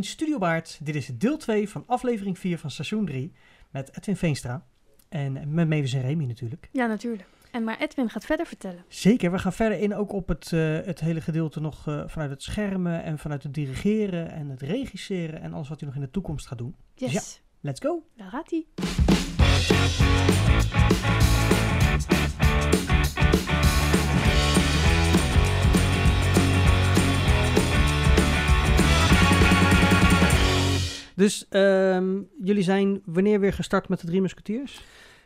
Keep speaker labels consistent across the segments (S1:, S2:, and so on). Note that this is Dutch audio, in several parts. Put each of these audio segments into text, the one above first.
S1: Studio Baard. Dit is deel 2 van aflevering 4 van seizoen 3 met Edwin Veenstra. En met Mavis en Remy natuurlijk.
S2: Ja, natuurlijk. En maar Edwin gaat verder vertellen.
S1: Zeker, we gaan verder in ook op het, eh, het hele gedeelte nog eh, vanuit het schermen en vanuit het dirigeren en het regisseren en alles wat hij nog in de toekomst gaat doen.
S2: Yes,
S1: Let's go!
S2: daar gaat hij.
S1: Dus ehm, jullie zijn wanneer weer gestart met de Drie Musketeers?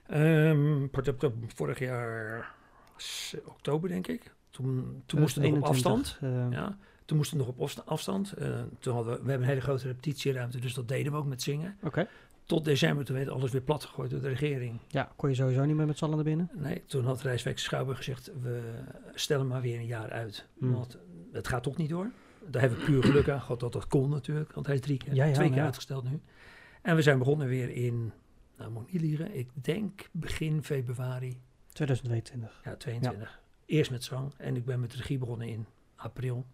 S3: Ehm, port- port- vorig jaar s- oktober, denk ik. Toen, toen moest het nog op
S1: 21,
S3: afstand.
S1: eh,
S3: Ja, toen moest het nog op afsta- afstand. Eh, toen hadden we, we hebben een hele grote repetitieruimte, dus dat deden we ook met zingen.
S1: Oké.
S3: Tot december, toen werd alles weer platgegooid door de regering.
S1: Ja, kon je sowieso niet meer met z'n allen naar binnen.
S3: Nee, toen had Rijswijk Schouwburg gezegd, we stellen maar weer een jaar uit.
S1: Hmm.
S3: Want het gaat toch niet door. Daar hebben we puur geluk aan gehad dat dat kon natuurlijk. Want hij is drie keer,
S1: Ja, ja,
S3: twee
S1: nou
S3: keer
S1: ja.
S3: uitgesteld nu. En we zijn begonnen weer in, nou moet ik niet liegen, ik denk begin februari
S1: 2022.
S3: ja, 22. Eerst met zang en ik ben met regie begonnen in april.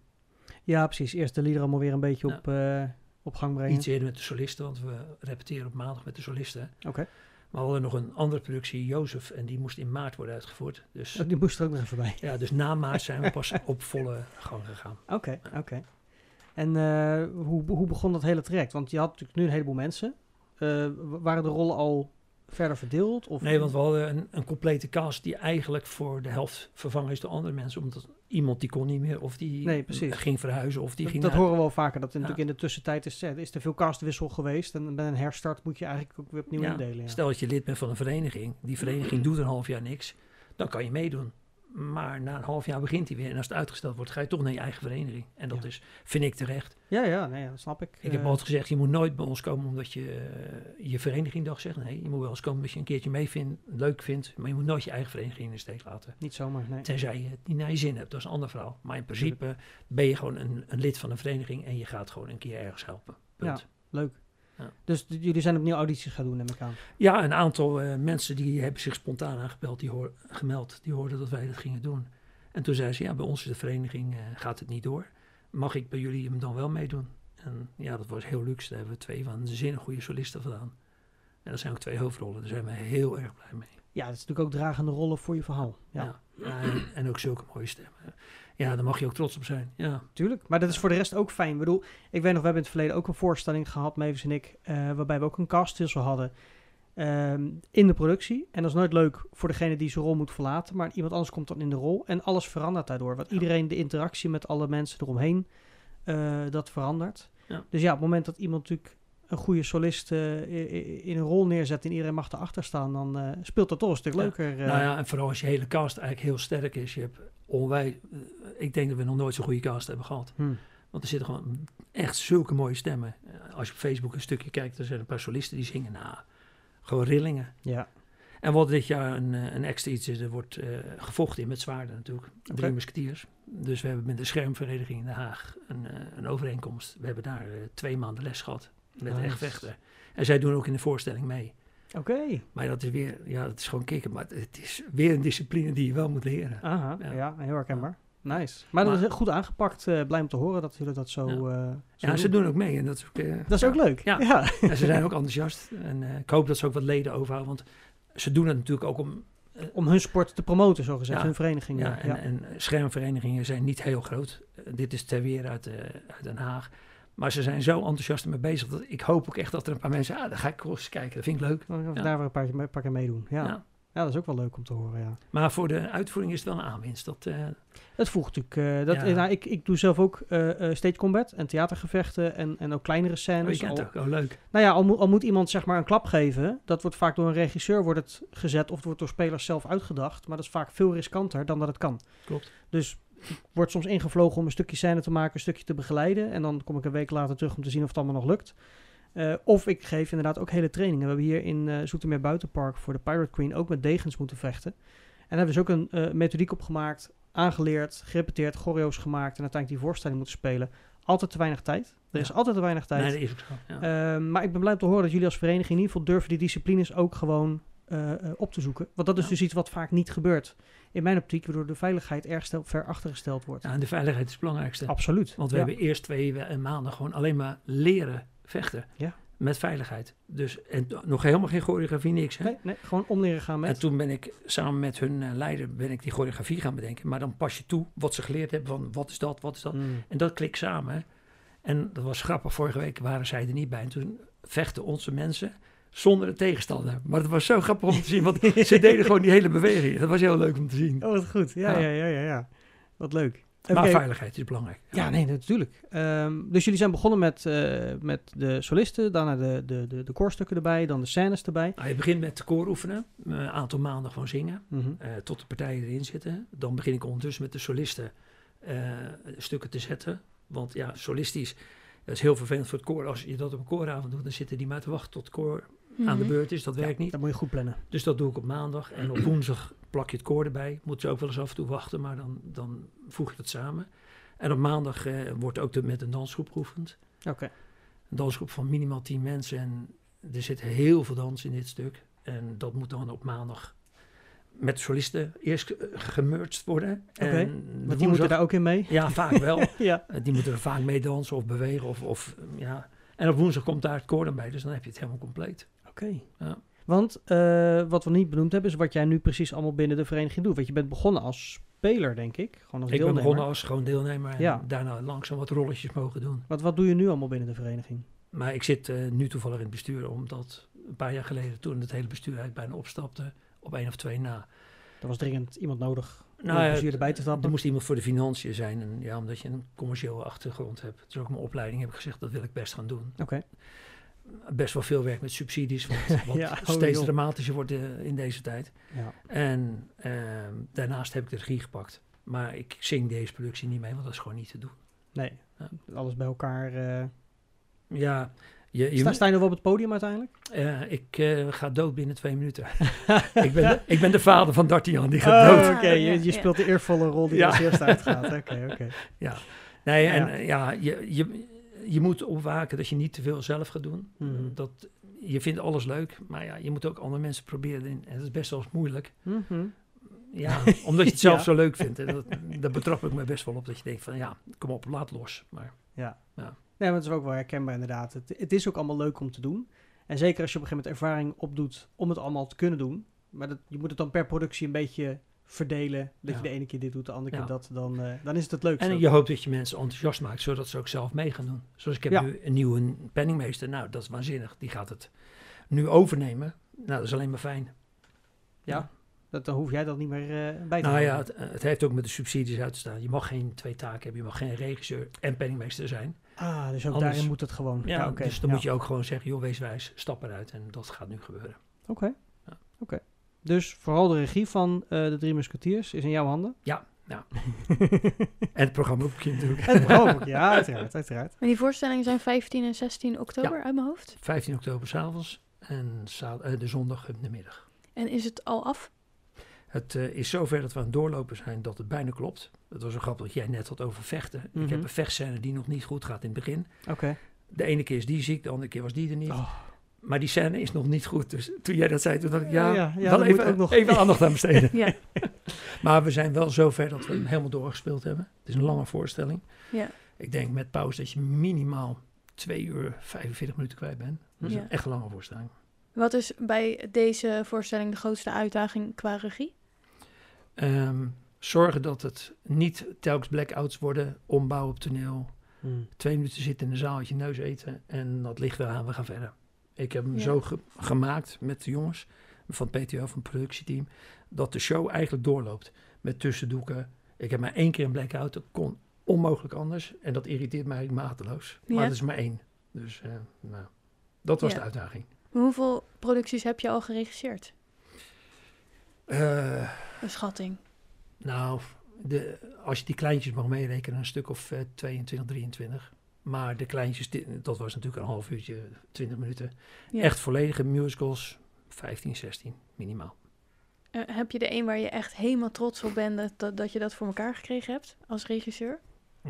S1: Ja, precies. Eerst de liederen allemaal weer een beetje
S3: Ja.
S1: op, eh, op gang brengen.
S3: Iets eerder met de solisten, want we repeteren op maandag met de solisten.
S1: Oké.
S3: Maar we hadden nog een andere productie, Jozef, en die moest in maart worden uitgevoerd. Dus,
S1: Oh, Die moest er ook nog even bij.
S3: ja, dus na maart zijn we pas op volle gang gegaan.
S1: Oké, oké. En eh, hoe, hoe begon dat hele traject? Want je had natuurlijk nu een heleboel mensen. Eh, w- waren de rollen al verder verdeeld? Of...
S3: Nee, want we hadden een, een complete cast die eigenlijk voor de helft vervangen is door andere mensen. Omdat iemand die kon niet meer, of die
S1: Nee, precies.
S3: ging verhuizen, of die
S1: Dat,
S3: ging
S1: dat
S3: naar-
S1: horen we wel vaker. Dat er natuurlijk in de tussentijd is, eh, is er veel castwissel geweest. En bij een herstart moet je eigenlijk ook weer opnieuw
S3: Ja,
S1: indelen. Ja.
S3: Stel dat je lid bent van een vereniging, die vereniging doet een half jaar niks, dan kan je meedoen. Maar na een half jaar begint hij weer en als het uitgesteld wordt, ga je toch naar je eigen vereniging. En dat
S1: Ja.
S3: is, vind ik terecht.
S1: ja, ja, nee, ja, dat snap ik.
S3: Ik heb
S1: Eh,
S3: altijd gezegd, je moet nooit bij ons komen omdat je eh, je verenigingdag zegt. Nee, je moet wel eens komen omdat je een keertje mee vindt, leuk vindt, maar je moet nooit je eigen vereniging in de steek laten.
S1: Niet zomaar, nee.
S3: Tenzij je het niet naar je zin hebt, dat is een ander verhaal. Maar in principe ben je gewoon een, een lid van een vereniging en je gaat gewoon een keer ergens helpen. Punt.
S1: Leuk.
S3: Ja.
S1: Dus d- jullie zijn opnieuw audities gaan doen, neem ik aan.
S3: Ja, een aantal eh, mensen die hebben zich spontaan aangebeld, die hoor, gemeld, die hoorden dat wij dat gingen doen. En toen zeiden ze, ja, bij ons is de vereniging, eh, gaat het niet door. Mag ik bij jullie hem dan wel meedoen? En ja, dat was heel luxe. Daar hebben we twee waanzinnig goede solisten vandaan. En dat zijn ook twee hoofdrollen, daar zijn we heel erg blij mee.
S1: Ja, dat is natuurlijk ook dragende rollen voor je verhaal. Ja,
S3: Ja. Ja, Eh, en, en ook zulke mooie stemmen. Ja, daar mag je ook trots op zijn. Ja,
S1: tuurlijk. Maar dat is voor de rest ook fijn. Ik bedoel, ik weet nog, we hebben in het verleden ook een voorstelling gehad, Mavis en ik, eh, waarbij we ook een castwissel hadden ehm, in de productie. En dat is nooit leuk voor degene die zijn rol moet verlaten, maar iemand anders komt dan in de rol en alles verandert daardoor. Want
S3: Ja.
S1: iedereen, de interactie met alle mensen eromheen, eh, dat verandert.
S3: Ja.
S1: Dus ja, op het moment dat iemand natuurlijk een goede solist eh, i- i- in een rol neerzet en iedereen mag erachter staan, dan eh, speelt dat toch een stuk
S3: Ja.
S1: leuker. eh.
S3: Nou ja, en vooral als je hele cast eigenlijk heel sterk is. Je hebt onwij... eh, Ik denk dat we nog nooit zo'n goede cast hebben gehad.
S1: Hm.
S3: Want er zitten gewoon echt zulke mooie stemmen. Eh, Als je op Facebook een stukje kijkt, er zijn een paar solisten die zingen. Nou, gewoon rillingen.
S1: Ja.
S3: En wat dit jaar een, eh, een extra iets is, er wordt eh, gevochten in met zwaarden natuurlijk.
S1: Oké.
S3: Drie musketiers. Dus we hebben met de schermvereniging in Den Haag een, eh, een overeenkomst. We hebben daar eh, twee maanden les gehad met
S1: Nice.
S3: echt vechten. En zij doen ook in de voorstelling mee.
S1: Oké.
S3: Maar dat is weer, ja, dat is gewoon kicken. Maar het is weer een discipline die je wel moet leren.
S1: Aha, ja,
S3: Ja.
S1: heel herkenbaar. Nice. Maar, dat
S3: Maar-
S1: is goed aangepakt. eh, blij om te horen dat jullie dat zo,
S3: Ja.
S1: eh, zo
S3: Ja, ze
S1: doen.
S3: doen ook mee. En dat is ook, eh,
S1: Dat is
S3: ja.
S1: ook leuk. Ja.
S3: Ja. En ze zijn ook enthousiast. En eh, ik hoop dat ze ook wat leden overhouden. Want ze doen het natuurlijk ook om.
S1: Om hun sport te promoten, zo gezegd.
S3: Ja.
S1: Hun vereniging.
S3: Ja,
S1: Ja,
S3: en, eh, en schermverenigingen zijn niet heel groot. Eh, dit is ter weer uit, eh, uit Den Haag. Maar ze zijn zo enthousiast ermee bezig. Dat ik hoop ook echt dat er een paar mensen. Ah, daar ga ik wel eens kijken. Dat vind ik leuk.
S1: Dan gaan we
S3: Ja.
S1: daar weer een paar, een paar keer meedoen. Ja. ja.
S3: Ja.
S1: dat is ook wel leuk om te horen, ja.
S3: Maar voor de uitvoering is het wel een aanwinst. Dat, eh,
S1: Het voegt natuurlijk... eh, dat,
S3: Ja.
S1: nou, ik, ik doe zelf ook eh, eh, stage combat en theatergevechten en, en ook kleinere
S3: oh, je
S1: scènes.
S3: kent
S1: Al-
S3: ook. Oh, leuk.
S1: nou ja, al, moet- al moet iemand zeg maar een klap geven, dat wordt vaak door een regisseur wordt het gezet of het wordt door spelers zelf uitgedacht. Maar dat is vaak veel riskanter dan dat het kan.
S3: Klopt.
S1: Dus ik word soms ingevlogen om een stukje scène te maken, een stukje te begeleiden. En dan kom ik een week later terug om te zien of het allemaal nog lukt. Eh, of ik geef inderdaad ook hele trainingen. We hebben hier in eh Zoetermeer Buitenpark voor de Pirate Queen ook met degens moeten vechten. En daar hebben ze ook een eh, methodiek op gemaakt, aangeleerd, gerepeteerd, choreo's gemaakt en uiteindelijk die voorstelling moeten spelen. Altijd te weinig tijd. Er is
S3: Ja.
S1: altijd te weinig tijd.
S3: Nee, dat is ook zo. Ja.
S1: Ehm, maar ik ben blij om te horen dat jullie als vereniging in ieder geval durven die disciplines ook gewoon eh, eh, eh, op te zoeken. Want dat is
S3: Ja.
S1: dus iets wat vaak niet gebeurt. In mijn optiek, waardoor de veiligheid erg stel- ver achtergesteld wordt.
S3: Ja, en de veiligheid is het belangrijkste.
S1: Absoluut.
S3: Want we
S1: Ja.
S3: hebben eerst twee we- maanden gewoon alleen maar leren vechten.
S1: Ja.
S3: Met veiligheid. Dus en t- nog helemaal geen choreografie, niks. Hè?
S1: Nee, nee, gewoon om leren gaan
S3: En
S1: met.
S3: toen ben ik samen met hun eh, leider ben ik die choreografie gaan bedenken. Maar dan pas je toe wat ze geleerd hebben van wat is dat, wat is dat.
S1: Mm.
S3: En dat klikt samen. hè. En dat was grappig, vorige week waren zij er niet bij. En toen vechten onze mensen zonder de tegenstander. Maar het was zo grappig om te zien, want ze deden gewoon die hele beweging. Dat was heel leuk om te zien.
S1: Oh, wat goed. Ja, ja,
S3: Ja.
S1: ja, ja. ja. Wat leuk.
S3: Maar
S1: Oké.
S3: veiligheid is belangrijk.
S1: Ja, nee, natuurlijk. Ehm, dus jullie zijn begonnen met, eh, met de solisten, daarna de, de, de, de koorstukken erbij, dan de scènes erbij.
S3: Nou, je begint met koor oefenen. Een aantal maanden gewoon zingen.
S1: Mhm.
S3: eh, tot de partijen erin zitten. Dan begin ik ondertussen met de solisten eh, stukken te zetten. Want ja, solistisch, dat is heel vervelend voor het koor. Als je dat op een kooravond doet, dan zitten die maar te wachten tot het koor aan de
S2: Mhm.
S3: beurt is. Dat werkt niet.
S1: Dat moet je goed plannen.
S3: Dus dat doe ik op maandag. En op woensdag plak je het koor erbij. Moeten ze ook wel eens af en toe wachten, maar dan, dan voeg je dat samen. En op maandag eh, wordt ook de, met een dansgroep geoefend.
S1: Oké.
S3: Een dansgroep van minimaal 10 mensen. En er zit heel veel dans in dit stuk. En dat moet dan op maandag met solisten eerst eh, gemerged worden.
S1: Oké,
S3: En
S1: Want die moeten daar ook in mee.
S3: Ja, vaak wel.
S1: Ja.
S3: Eh, die moeten er vaak mee dansen of bewegen. Of, of, eh, ja. En op woensdag komt daar het koor dan bij. Dus dan heb je het helemaal compleet.
S1: Oké.
S3: Ja.
S1: Want eh, wat we niet benoemd hebben, is wat jij nu precies allemaal binnen de vereniging doet. Want je bent begonnen als speler, denk ik. Gewoon als
S3: Ik ben
S1: deelnemer.
S3: begonnen als gewoon deelnemer. En
S1: Ja.
S3: daarna langzaam wat rolletjes mogen doen.
S1: Wat, wat doe je nu allemaal binnen de vereniging?
S3: Maar ik zit eh, nu toevallig in het bestuur. Omdat een paar jaar geleden, toen het hele bestuur eigenlijk bijna opstapte, op één of twee na.
S1: Er was dringend iemand nodig om
S3: Nou
S1: het
S3: ja,
S1: plezier erbij te
S3: Er
S1: stappen.
S3: moest iemand voor de financiën zijn. En ja, omdat je een commerciële achtergrond hebt. Dus ook mijn opleiding heb ik gezegd, dat wil ik best gaan doen.
S1: Oké.
S3: Best wel veel werk met subsidies, want wat
S1: Ja, oh
S3: steeds
S1: joh.
S3: dramatischer wordt eh, in deze tijd.
S1: Ja.
S3: En ehm, daarnaast heb ik de regie gepakt. Maar ik zing deze productie niet mee, want dat is gewoon niet te doen.
S1: Nee. eh,
S3: Ja.
S1: Alles bij elkaar. eh.
S3: Ja, je, je,
S1: Sta, sta je nog wel op het podium uiteindelijk?
S3: eh, ik eh, ga dood binnen twee minuten. ik, ben de, ik ben de vader van Dartian, die gaat
S1: Oh,
S3: dood.
S1: Oké,
S2: Ja, ja,
S1: je, je
S2: ja.
S1: speelt de eervolle rol die
S3: Ja.
S1: als eerste uitgaat. Oké, oké.
S3: Nee, en
S1: Ja.
S3: eh, ja, je, je, je moet opwaken dat je niet te veel zelf gaat doen.
S1: Mhm.
S3: Dat, je vindt alles leuk, maar ja, je moet ook andere mensen proberen. in- En dat is best wel eens moeilijk.
S1: Mhm.
S3: Ja, omdat je het zelf
S1: Ja.
S3: zo leuk vindt. En dat, daar betrap ik me best wel op dat je denkt van ja, kom op, laat los. Maar
S1: Nee, maar het is ook wel herkenbaar inderdaad. Het, het is ook allemaal leuk om te doen. En zeker als je op een gegeven moment ervaring opdoet om het allemaal te kunnen doen. Maar dat, je moet het dan per productie een beetje verdelen. Dat
S3: Ja.
S1: je de ene keer dit doet, de andere keer
S3: Ja.
S1: dat. Dan, eh, dan is het het leukste.
S3: en je hoopt dat je mensen enthousiast maakt, zodat ze ook zelf mee gaan doen. Zoals ik heb
S1: Ja.
S3: nu een nieuwe penningmeester. Nou, dat is waanzinnig. Die gaat het nu overnemen. Nou, dat is alleen maar fijn.
S1: Ja, dat, dan hoef jij dat niet meer eh, bij te houden.
S3: Nou ja, het, het heeft ook met de subsidies uit te staan. Je mag geen twee taken hebben. Je mag geen regisseur en penningmeester zijn.
S1: Ah, dus ook
S3: Anders-
S1: daarin moet het gewoon.
S3: Ja,
S1: oké.
S3: Dus dan
S1: Ja.
S3: moet je ook gewoon zeggen, joh, wees wijs, stap eruit. En dat gaat nu gebeuren.
S1: Oké.
S3: Ja.
S1: Oké. Dus vooral de regie van eh, de Drie Musketeers is in jouw handen.
S3: Ja, ja. en het programma boekje natuurlijk.
S1: En ook. ja, uiteraard, uiteraard.
S2: Maar die voorstellingen zijn 15 en 16 oktober uit mijn hoofd.
S3: 15 oktober s'avonds en za- eh, de zondag in de middag.
S2: En is het al af?
S3: Het eh, is zover dat we aan het doorlopen zijn dat het bijna klopt. Het was een grap dat jij net had over vechten.
S1: Mhm.
S3: Ik heb een vechtscène die nog niet goed gaat in het begin.
S1: Oké.
S3: De ene keer is die ziek, de andere keer was die er niet.
S1: Oh.
S3: Maar die scène is nog niet goed. Dus toen jij dat zei, toen dacht ik, ja,
S1: Ja, ja,
S3: wel
S1: dat
S3: even,
S1: moet ook nog.
S3: even aandacht aan besteden.
S2: Ja.
S3: Maar we zijn wel zover dat we hem helemaal doorgespeeld hebben. Het is een lange voorstelling.
S2: Ja.
S3: Ik denk met pauze dat je minimaal 2 uur 45 minuten kwijt bent. Dat is
S2: Ja.
S3: een echt lange voorstelling.
S2: Wat is bij deze voorstelling de grootste uitdaging qua regie?
S3: Ehm, zorgen dat het niet telkens blackouts worden, ombouw op toneel.
S1: Hmm.
S3: Twee minuten zitten in de zaal, uit je neus eten en dat ligt eraan, we gaan verder. Ik heb hem
S2: Ja.
S3: zo ge- gemaakt met de jongens van het PTO, van het productieteam, dat de show eigenlijk doorloopt met tussendoeken. Ik heb maar één keer een blackout, dat kon onmogelijk anders en dat irriteert mij eigenlijk mateloos. Maar
S2: Ja.
S3: dat is maar één, dus eh, nou, dat was
S2: Ja.
S3: de uitdaging.
S2: Hoeveel producties heb je al geregisseerd?
S3: Eh,
S2: Een schatting.
S3: Nou, de, als je die kleintjes mag meerekenen, een stuk of eh, 22, 23. Maar de kleintjes, di- dat was natuurlijk een half uurtje, 20 minuten.
S2: Ja.
S3: Echt volledige musicals, 15, 16 minimaal.
S2: Eh, heb je de een waar je echt helemaal trots op bent dat- dat, dat je dat voor elkaar gekregen hebt als regisseur?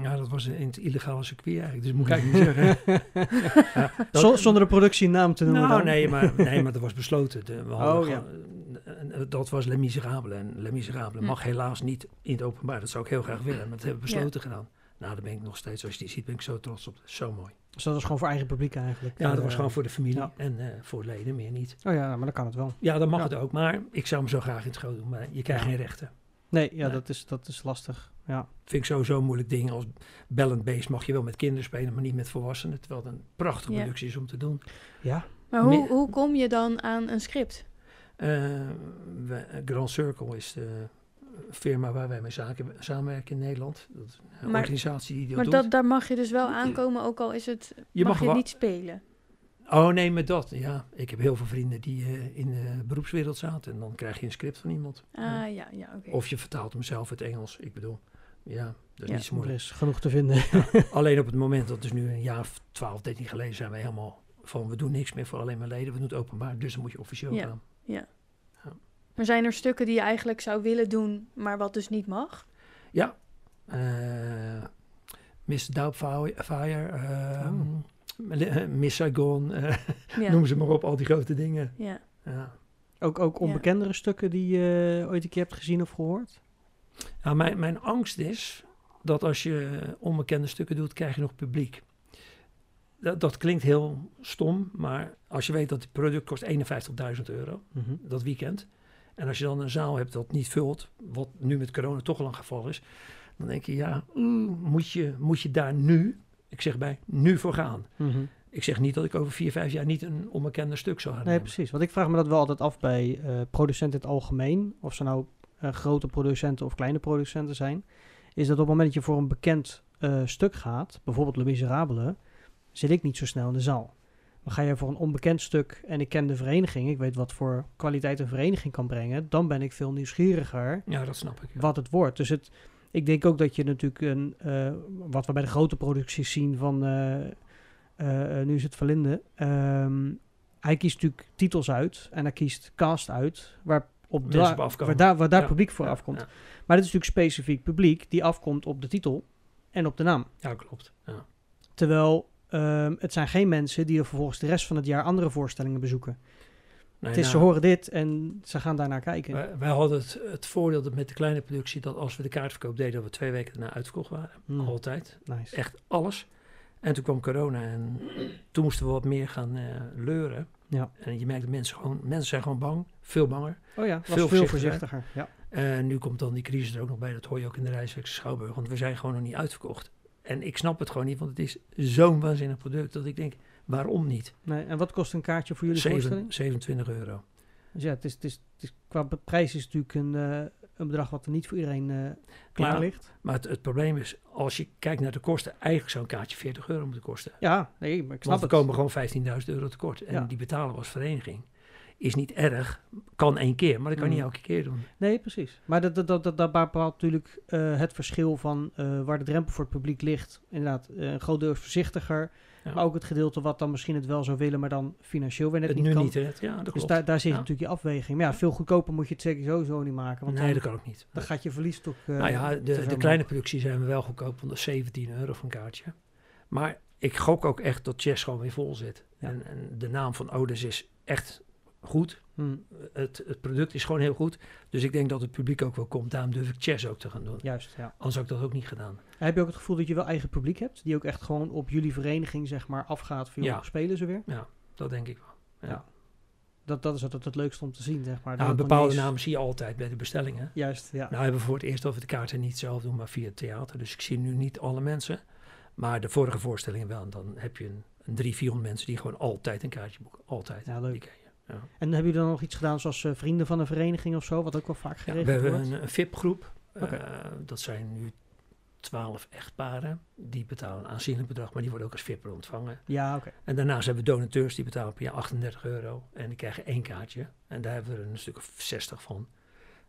S3: Ja, dat was in het illegale circuit eigenlijk, dus moet ik eigenlijk niet
S2: Nou,
S3: zeggen. Ja, dat-
S1: Zon- Zonder de productienaam te noemen
S3: nou,
S1: dan.
S3: nee maar, nee, maar dat was besloten. De- we hadden
S1: Oh,
S3: gewoon- en eh, dat was Les Miserables. En Les Miserables
S2: Hm.
S3: mag helaas niet in het openbaar. Dat zou ik heel graag willen, maar dat hebben we
S2: Ja.
S3: besloten gedaan. Nou, daar ben ik nog steeds, als je die ziet, ben ik zo trots op. Zo mooi.
S1: Dus dat was gewoon voor eigen publiek eigenlijk.
S3: Ja, dat
S1: Eh,
S3: was gewoon voor de familie
S1: ja.
S3: en eh, voor leden, meer niet.
S1: Oh ja, maar dan kan het wel.
S3: Ja, dan mag
S1: Ja.
S3: het ook, maar ik zou hem zo graag in het groot doen. Maar je krijgt
S1: Ja.
S3: geen rechten.
S1: Nee, ja,
S3: Nee.
S1: Dat, is, dat is lastig. Ja.
S3: Vind ik sowieso een moeilijk ding. Als bellend beest mag je wel met kinderen spelen, maar niet met volwassenen. Terwijl het een prachtige
S2: Ja.
S3: productie is om te doen.
S1: Ja.
S2: Maar hoe,
S3: Meer-
S2: hoe kom je dan aan een script?
S3: Eh, we- eh, Grand Circle is de firma waar wij mee zaken, samenwerken in Nederland. Dat is een
S2: Maar-
S3: organisatie die dat
S2: maar
S3: doet.
S2: dat, daar mag je dus wel aankomen, ook al is het, mag, je
S3: wel-
S2: niet spelen.
S3: Oh nee, met dat. Ja, ik heb heel veel vrienden die eh, in de beroepswereld zaten. En dan krijg je een script van iemand. Ja.
S2: Ah ja, ja, oké.
S3: Of je vertaalt hem zelf uit Engels. Ik bedoel, ja, dat is
S2: Ja,
S3: niet zo
S1: Er
S3: moeilijk.
S1: is genoeg te vinden.
S3: Alleen op het moment, dat is nu een jaar of 12, 13 geleden, zijn wij helemaal van we doen niks meer voor alleen maar leden, we doen het openbaar, dus dan moet je officieel
S2: Ja.
S3: gaan.
S2: Maar zijn er stukken die je eigenlijk zou willen doen, maar wat dus niet mag?
S3: Eh Miss Doubtfire, Fire, eh,
S1: Oh.
S3: Mel- eh, Miss Saigon, eh,
S2: Ja.
S3: noem ze maar op, al die grote dingen.
S2: ja.
S3: Ja.
S1: Ook, ook onbekendere stukken die je ooit een keer hebt gezien of gehoord.
S3: Nou, mijn, mijn angst is dat als je onbekende stukken doet, krijg je nog publiek. Dat, dat klinkt heel stom, maar als je weet dat het product kost 51.000 euro, dat weekend. En als je dan een zaal hebt dat niet vult, wat nu met corona toch al een geval is, dan denk je, ja, oeh, moet, je, moet je daar nu, ik zeg bij, nu voor gaan.
S1: Mhm.
S3: Ik zeg niet dat ik over vier, vijf jaar niet een onbekende stuk zou gaan
S1: Nee,
S3: nemen.
S1: precies. Want ik vraag me dat wel altijd af bij eh, producenten in het algemeen. Of ze nou eh, grote producenten of kleine producenten zijn. Is dat op het moment dat je voor een bekend eh, stuk gaat, bijvoorbeeld Le Miserabele, zit ik niet zo snel in de zaal. Maar ga je voor een onbekend stuk en ik ken de vereniging, ik weet wat voor kwaliteit een vereniging kan brengen, dan ben ik veel nieuwsgieriger
S3: Ja, dat snap ik. ja.
S1: wat het wordt. Dus het, ik denk ook dat je natuurlijk een, eh, wat we bij de grote producties zien van, eh, eh, eh, nu is het Verlinde, ehm, hij kiest natuurlijk titels uit en hij kiest cast uit waar op
S3: Mensen
S1: daar
S3: op afkomen.
S1: waar daar, waar daar
S3: Ja,
S1: publiek voor
S3: Ja,
S1: afkomt.
S3: Ja,
S1: Maar dit is natuurlijk specifiek publiek die afkomt op de titel en op de naam.
S3: Ja, klopt. Ja.
S1: Terwijl ehm, het zijn geen mensen die er vervolgens de rest van het jaar andere voorstellingen bezoeken.
S3: Nee,
S1: het is, ze
S3: nou,
S1: horen dit en ze gaan daarnaar kijken.
S3: wij, wij hadden het, het voordeel dat met de kleine productie dat als we de kaartverkoop deden, dat we twee weken daarna uitverkocht waren.
S1: Hmm,
S3: Altijd.
S1: nice.
S3: echt alles. En toen kwam corona en toen moesten we wat meer gaan eh, leuren.
S1: Ja.
S3: En je merkt dat mensen gewoon, mensen zijn gewoon bang, veel banger.
S1: Oh ja, was
S3: Veel
S1: veel,
S3: voorzichtiger,
S1: voorzichtiger. Ja.
S3: En nu komt dan die crisis er ook nog bij, dat hoor je ook in de Rijswijkse Schouwburg, want we zijn gewoon nog niet uitverkocht. En ik snap het gewoon niet, want het is zo'n waanzinnig product dat ik denk, waarom niet?
S1: Nee, en wat kost een kaartje voor jullie voorstelling?
S3: Zeven- 27 euro.
S1: Dus ja, het is, het is, het is, qua be- prijs is het natuurlijk een, eh, een bedrag wat er niet voor iedereen eh, klaar
S3: Ja.
S1: ligt.
S3: Maar het, het probleem is, als je kijkt naar de kosten, eigenlijk zou een kaartje 40 euro moeten kosten.
S1: Ja, nee, maar ik snap
S3: Want we
S1: het.
S3: komen gewoon 15.000 euro tekort. En
S1: Ja.
S3: die betalen we als vereniging is niet erg. Kan één keer, maar dat kan
S1: Mm.
S3: niet elke keer doen.
S1: Nee, precies. Maar dat, dat, dat, dat, dat bepaalt natuurlijk eh, het verschil van eh, waar de drempel voor het publiek ligt. Inderdaad, eh, een groot deel is voorzichtiger.
S3: Ja.
S1: Maar ook het gedeelte wat dan misschien het wel zou willen, maar dan financieel weer net
S3: het
S1: niet
S3: nu
S1: kan.
S3: niet redt. Ja, dat
S1: dus
S3: klopt.
S1: daar, daar zit
S3: Ja.
S1: natuurlijk je afweging. Maar ja, veel goedkoper moet je het zeker sowieso niet maken. Want
S3: nee,
S1: dan,
S3: dat kan ook niet.
S1: dan gaat je verlies toch... eh,
S3: nou ja,
S1: te ver
S3: de, de
S1: omhoog.
S3: kleine productie zijn we wel goedkoop, want dat is 17 euro voor een kaartje. Maar ik gok ook echt dat Chess gewoon weer vol zit.
S1: Ja.
S3: En, en de naam van Odes is echt goed.
S1: Hm,
S3: Het, het product is gewoon heel goed. Dus ik denk dat het publiek ook wel komt. Daarom durf ik Chess ook te gaan doen.
S1: juist, ja.
S3: Anders had ik dat ook niet gedaan.
S1: Heb je ook het gevoel dat je wel eigen publiek hebt? Die ook echt gewoon op jullie vereniging zeg maar afgaat van joh,
S3: Ja.
S1: spelen ze weer?
S3: Dat denk ik wel.
S1: Dat, dat is altijd het leukste om te zien zeg maar. Dat
S3: Nou,
S1: het nog
S3: bepaalde
S1: niet eens-
S3: namen zie je altijd bij de bestellingen.
S1: Juist, ja.
S3: Nou hebben we voor het eerst dat we de kaarten niet zelf doen, maar via het theater. Dus ik zie nu niet alle mensen. Maar de vorige voorstellingen wel. En dan heb je een, een drie, vierhonderd mensen die gewoon altijd een kaartje boeken. Altijd.
S1: Ja, leuk.
S3: Die ken je.
S1: En hebben jullie dan nog iets gedaan zoals eh, vrienden van een vereniging of zo? Wat ook wel vaak
S3: Ja, we
S1: geregeld
S3: hebben
S1: wordt?
S3: een, een VIP-groep.
S1: Oké.
S3: Eh, dat zijn nu twaalf echtparen. Die betalen een aanzienlijk bedrag, maar die worden ook als VIP ontvangen.
S1: Ja, oké.
S3: En daarnaast hebben we donateurs, die betalen per jaar 38 euro. En die krijgen één kaartje. En daar hebben we er een stuk of 60 van.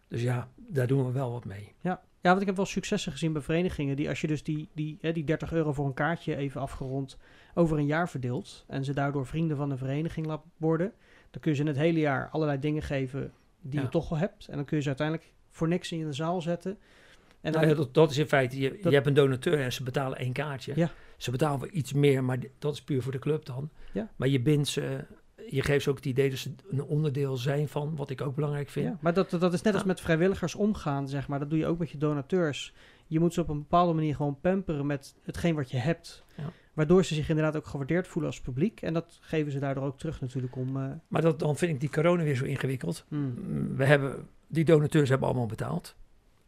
S3: Dus ja, daar doen we wel wat mee.
S1: Ja, want ik heb wel successen gezien bij verenigingen die als je dus die, die, hè, die 30 euro voor een kaartje even afgerond over een jaar verdeelt en ze daardoor vrienden van een vereniging laat worden, dan kun je ze in het hele jaar allerlei dingen geven die
S3: Ja.
S1: je toch al hebt. En dan kun je ze uiteindelijk voor niks in de zaal zetten. En dan,
S3: Nou ja, dat, dat is in feite, je,
S1: Dat-
S3: je hebt een donateur en ze betalen één kaartje.
S1: Ja.
S3: Ze betalen wel iets meer, maar di- dat is puur voor de club dan.
S1: Ja.
S3: Maar je bindt ze, eh, je geeft ze ook het idee dat ze een onderdeel zijn van wat ik ook belangrijk vind.
S1: Ja, maar dat, dat is net als
S3: Ja.
S1: met vrijwilligers omgaan, zeg maar. Dat doe je ook met je donateurs. Je moet ze op een bepaalde manier gewoon pamperen met hetgeen wat je hebt.
S3: Ja.
S1: Waardoor ze zich inderdaad ook gewaardeerd voelen als publiek. En dat geven ze daardoor ook terug natuurlijk om... eh,
S3: Maar dat, dan vind ik die corona weer zo ingewikkeld.
S1: hmm.
S3: Mm, We hebben, die donateurs hebben allemaal betaald.